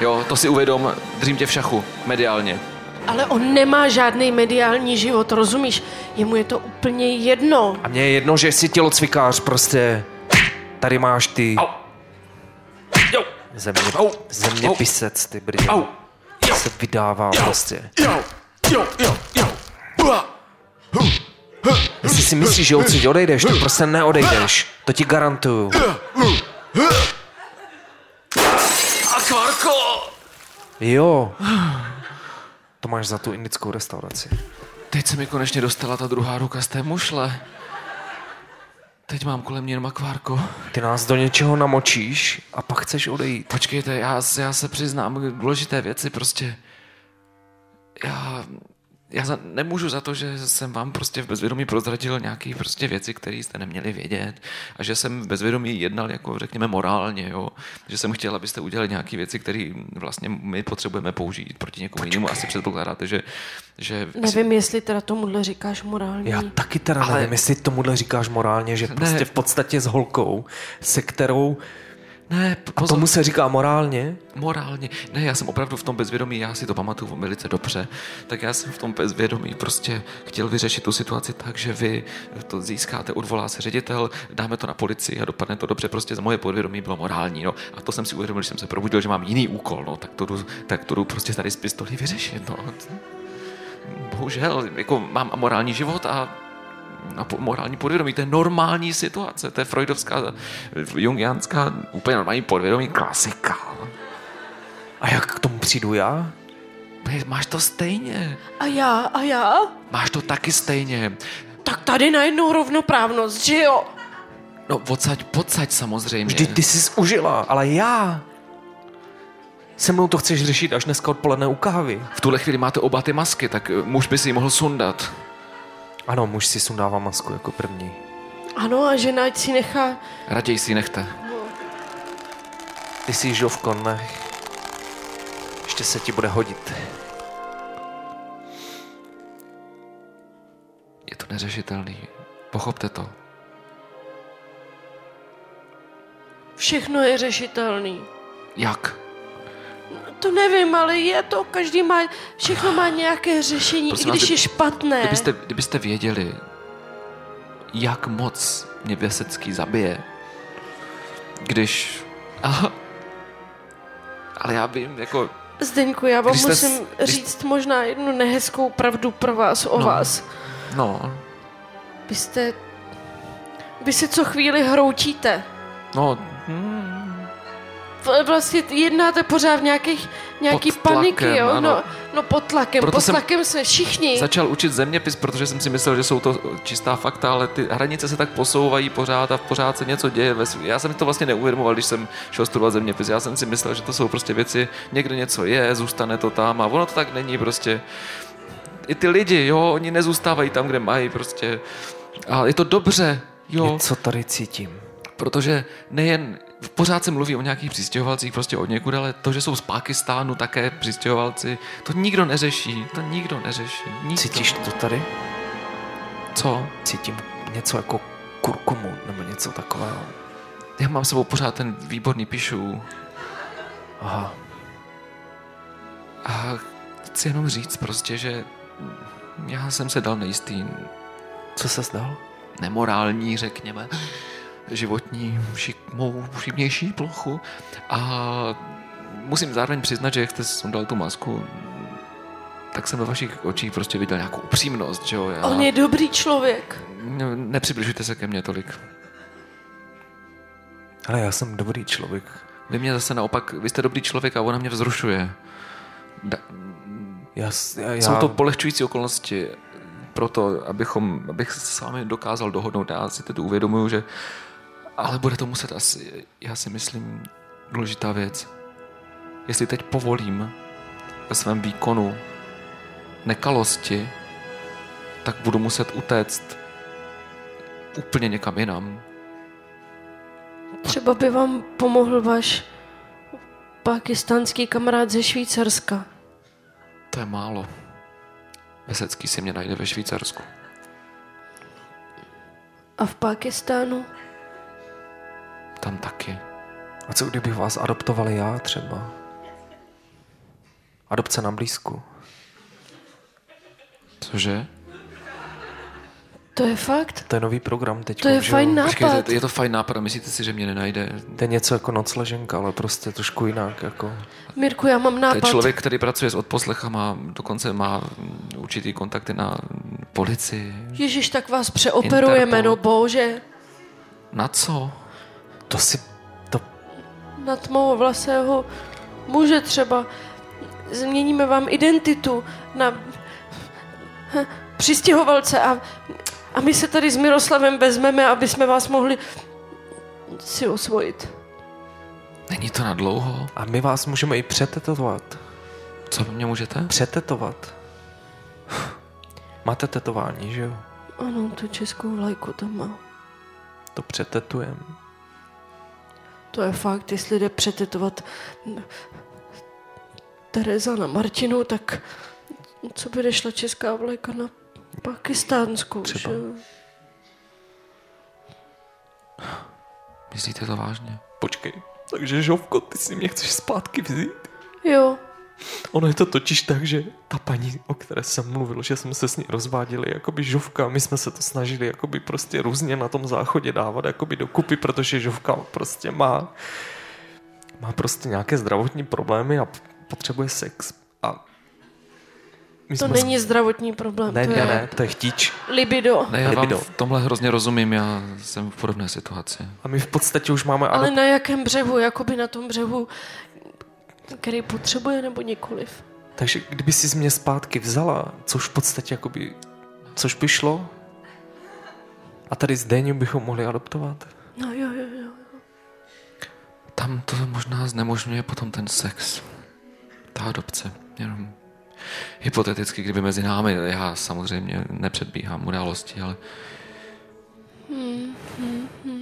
Jo, to si uvědom, držím tě v šachu, mediálně.
Ale on nemá žádný mediální život, rozumíš? Jemu je to úplně jedno.
A mně je jedno, že jsi tělocvikář, prostě. Tady máš ty...
Au. Jo,
Země,
Au.
země
Au.
pisec, ty brdy.
Au.
Já se vydává prostě.
jo, jo, jo, jo. Ua.
Jestli si myslíš, že odsud odejdeš, tak prostě neodejdeš. To ti garantuju.
A kvarko!
Jo. To máš za tu indickou restauraci.
Teď se mi konečně dostala ta druhá ruka z té mušle. Teď mám kolem mě jenom akvárko.
Ty nás do něčeho namočíš a pak chceš odejít.
Počkejte, já, se- já se přiznám, důležité věci prostě. Já, já za, nemůžu za to, že jsem vám prostě v bezvědomí prozradil nějaké prostě věci, které jste neměli vědět a že jsem v bezvědomí jednal jako řekněme morálně, jo? že jsem chtěl, abyste udělali nějaké věci, které vlastně my potřebujeme použít proti někomu jinému. Asi předpokládáte, že... že
Nevím, jestli teda tomuhle říkáš morální.
Já taky teda
Hmm. Ale-
Ale... nevím, jestli tomuhle říkáš morálně, že prostě v podstatě s holkou, se kterou...
Ne,
A
pozor.
tomu se říká morálně?
morálně. Ne, já jsem opravdu v tom bezvědomí, já si to pamatuju velice dobře, tak já jsem v tom bezvědomí prostě chtěl vyřešit tu situaci tak, že vy to získáte, odvolá se ředitel, dáme to na policii a dopadne to dobře, prostě za moje podvědomí bylo morální, no. A to jsem si uvědomil, když jsem se probudil, že mám jiný úkol, no, tak to jdu, tak to jdu prostě tady z pistolí vyřešit, no. Bohužel, jako mám amorální život a na po- morální podvědomí. To je normální situace, to je freudovská, jungianská, úplně normální podvědomí, klasika.
A jak k tomu přijdu já?
Hej, Máš to stejně.
A já, a já?
Máš to taky stejně.
Tak tady najednou rovnoprávnost, že jo?
No, odsaď, podsaď samozřejmě.
Vždyť ty jsi užila, ale já... Se mnou to chceš řešit až dneska odpoledne u kávy.
V tuhle chvíli máte oba ty masky, tak eh, muž by si ji mohl sundat.
Ano, muž si sundává masku jako první.
Ano, a žena ať si nechá...
Raději si ji nechte.
Ty jsi žovko, ne? Ještě se ti bude hodit.
Je to neřešitelný. Pochopte to.
Všechno je řešitelný.
Jak?
To nevím, ale je to, každý má, všechno má nějaké řešení,
Prosím
i
vás,
když
kdy-
je špatné.
Kdybyste, kdybyste věděli, jak moc mě Věsecký zabije, když... Aha. Ale já vím, jako...
Zdeňku, já vám
Když jste s-
musím
když-
říct možná jednu nehezkou pravdu pro vás, o
No.
vás.
No,
Vy jste... Vy si co chvíli hroutíte.
no,
V- Vlastně jednáte pořád v nějakých, nějaký
Pod tlakem,
paniky, jo? No,
ano.
no pod tlakem,
Proto
pod
jsem-
tlakem jsme všichni.
Začal učit zeměpis, protože jsem si myslel, že jsou to čistá fakta, ale ty hranice se tak posouvají pořád a pořád se něco děje. Ve svě- Já jsem to vlastně neuvědomoval, když jsem šel studovat zeměpis. Já jsem si myslel, že to jsou prostě věci, někde něco je, zůstane to tam a ono to tak není prostě. I ty lidi, jo, oni nezůstávají tam, kde mají prostě. A je to dobře, jo.
Co tady cítím?
Protože nejen pořád se mluví o nějakých přistěhovalcích prostě od někud, ale to, že jsou z Pákistánu také přistěhovalci, to nikdo neřeší, to nikdo neřeší. Nikdo.
Cítíš to tady?
Co?
Cítím něco jako kurkumu nebo něco takového.
Já mám s sebou pořád ten výborný píšu
Aha.
a chci jenom říct prostě, že já jsem se dal nejistý
Co se zdal?
nemorální, řekněme, životní šikmou, šikmější plochu. A musím zároveň přiznat, že jak jste sundal tu masku, tak jsem ve vašich očích prostě viděl nějakou upřímnost, že jo? Já...
On je dobrý člověk.
Ne- Nepřibližujte se ke mně tolik.
Ale já jsem dobrý člověk.
Vy mě zase naopak, vy jste dobrý člověk a ona mě vzrušuje. Da,
Já, s- já, já...
Jsou to polehčující okolnosti pro to, abychom, abych se s vámi dokázal dohodnout. Já si tedy uvědomuju, že ale bude to muset asi, já si myslím, důležitá věc. Jestli teď povolím ve svém výkonu nekalosti, tak budu muset utéct úplně někam jinam.
Třeba by vám pomohl váš pakistánský kamarád ze Švýcarska.
To je málo. Vesecký si mě najde ve Švýcarsku.
A v Pakistánu?
Tam taky.
A co kdybych vás adoptovali já třeba? Adopce na blízku.
Cože?
To je fakt?
To je nový program teď.
To je fajn nápad.
Počkejte, je to fajn nápad, a myslíte si, že mě nenajde?
To je něco jako nocleženka, ale prostě trošku jinak. Jako.
Mirku, já mám
To je
nápad.
člověk, který pracuje s odposlechem a dokonce má mm, určitý kontakty na mm, policii.
Ježíš, tak vás přeoperujeme,
Interpol.
no bože.
Na co?
To si... To,
Na tmovlasého muže třeba. Změníme vám identitu na přistěhovalce a, a A my se tady s Miroslavem vezmeme, aby jsme vás mohli si osvojit.
Není to na dlouho?
A my vás můžeme i přetetovat.
Co mě můžete?
Přetetovat. Máte tetování, že jo?
Ano, tu českou vlajku tam má.
To přetetujeme.
To je fakt, jestli jde přetetovat Tereza na Martinu, tak co by nešla česká vlajka na pakistánskou,
Třeba.
že? jo?
Myslíte to vážně? Počkej. Takže Žovko, ty si mě chceš zpátky vzít?
Jo,
Ono je to totiž tak, že ta paní, o které jsem mluvil, že jsme se s ní rozváděli, jakoby žovka, my jsme se to snažili jakoby prostě různě na tom záchodě dávat jakoby dokupy, protože žovka prostě má, má prostě nějaké zdravotní problémy a p- potřebuje sex. A my
to
jsme
není zdravotní problém,
Ne,
to
ne,
je
ne, to je chtíč.
libido.
Ne, já vám
Libido.
v tomhle hrozně rozumím, já jsem v podobné situaci.
A my v podstatě už máme
Ale
adop-
na jakém břehu? Jakoby na tom břehu, který potřebuje nebo nikoliv.
Takže kdyby si z mě zpátky vzala, což v podstatě jakoby, což by šlo, a tady s Déním bychom mohli adoptovat.
No jo, jo, jo.
Tam to možná znemožňuje potom ten sex. Ta adopce. Jenom hypoteticky, kdyby mezi námi, já samozřejmě nepředbíhám události, ale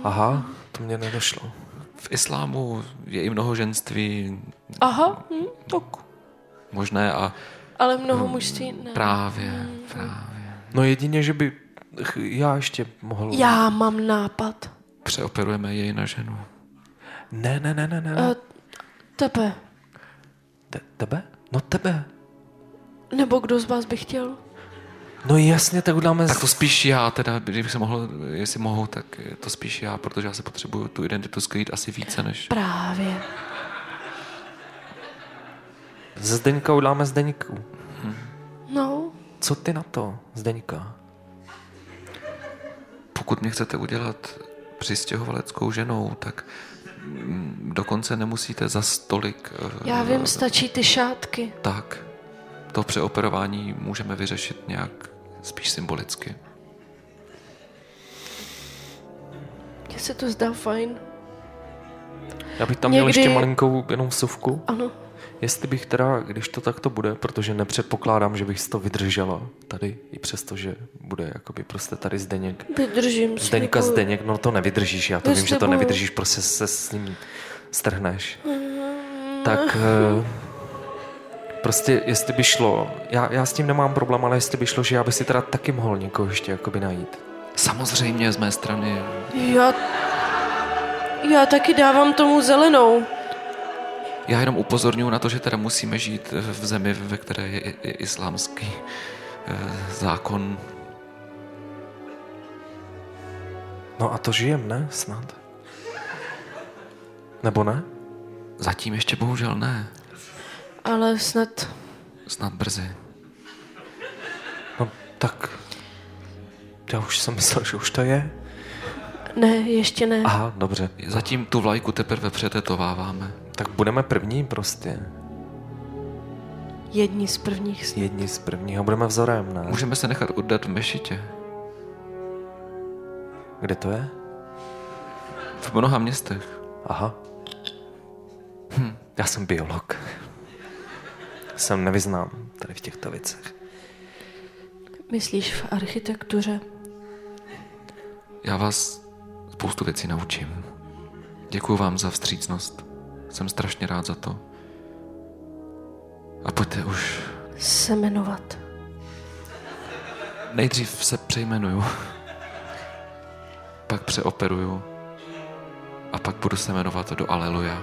Aha, to mě nedošlo.
v islámu je i mnoho ženství
Aha, hm, tak.
možné a
Ale mnoho mužství ne.
Hmm. právě, právě
No jedině, že by ch- já ještě mohl...
Já mám nápad.
přeoperujeme jej na ženu.
Ne, ne, ne, ne, ne.
Eh,
Uh,
Tebe.
Te, tebe? No tebe.
Nebo kdo z vás by chtěl?
No jasně, tak uděláme...
Tak to spíš já teda, kdybych se mohl, jestli mohu, tak to spíš já, protože já se potřebuju tu identitu skrýt asi více než...
Právě.
Ze Zdeňka uděláme Zdeňku.
No,
Co ty na to, Zdeňka?
Pokud mě chcete udělat přistěhovaleckou ženou, tak mm, dokonce nemusíte za stolik... eh,
já vím, stačí ty šátky.
Tak, to přeoperování můžeme vyřešit nějak spíš symbolicky.
Mně se to zdá fajn.
Já bych tam Někdy... měl
Někdy-
ještě malinkou jenom vsuvku.
Ano.
Jestli bych teda, když to takto bude, protože nepředpokládám, že bych si to vydržela tady, i přesto, že bude jakoby prostě tady Zdeněk.
Vydržím
Zdeňka,
slibuju.
Zdeněk, no to nevydržíš, já to vím, že to
Vyslibuju.
nevydržíš, prostě se s ním strhneš. Tak eh, prostě, jestli by šlo, já, já s tím nemám problém, ale jestli by šlo, že já bych si teda taky mohl někoho ještě jakoby najít.
Samozřejmě z mé strany
Já, já taky dávám tomu zelenou.
Já jenom upozorňuji na to, že teda musíme žít v zemi, ve které je i- i islámský eh, zákon.
No a to žijem, ne? Snad. Nebo ne?
Zatím ještě bohužel ne.
Ale snad
Snad brzy.
No tak, já už jsem myslel, že už to je.
ne, ještě ne.
Aha, dobře.
Zatím tu vlajku teprve přetetováváme.
Tak budeme první prostě.
Jedni z prvních snad.
Jedni z prvního. Budeme vzorem, ne?
Můžeme se nechat oddat v mešitě.
Kde to je?
V mnoha městech.
Aha. Hm. Já jsem biolog. Jsem nevyznám tady v těchto věcech.
Myslíš v architektuře?
Já vás spoustu věcí naučím. Děkuji vám za vstřícnost. Jsem strašně rád za to. A pojďte už.
Se jmenovat.
Nejdřív se přejmenuju. Pak přeoperuju. A pak budu se jmenovat do Aleluja.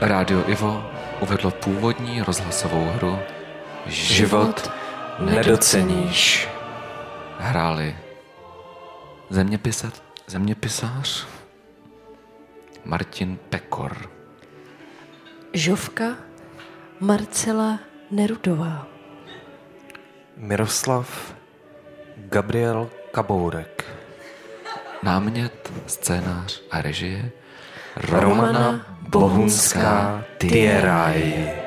Rádio Ivo uvedlo původní rozhlasovou hru Život nedoceníš. Hráli zeměpisat, zeměpisář Martin Pekor.
Žovka Marcela Nerudová.
Miroslav Gabriel Kabourek.
Námět, scénář a režie
Romana Bohunská
Tieraj.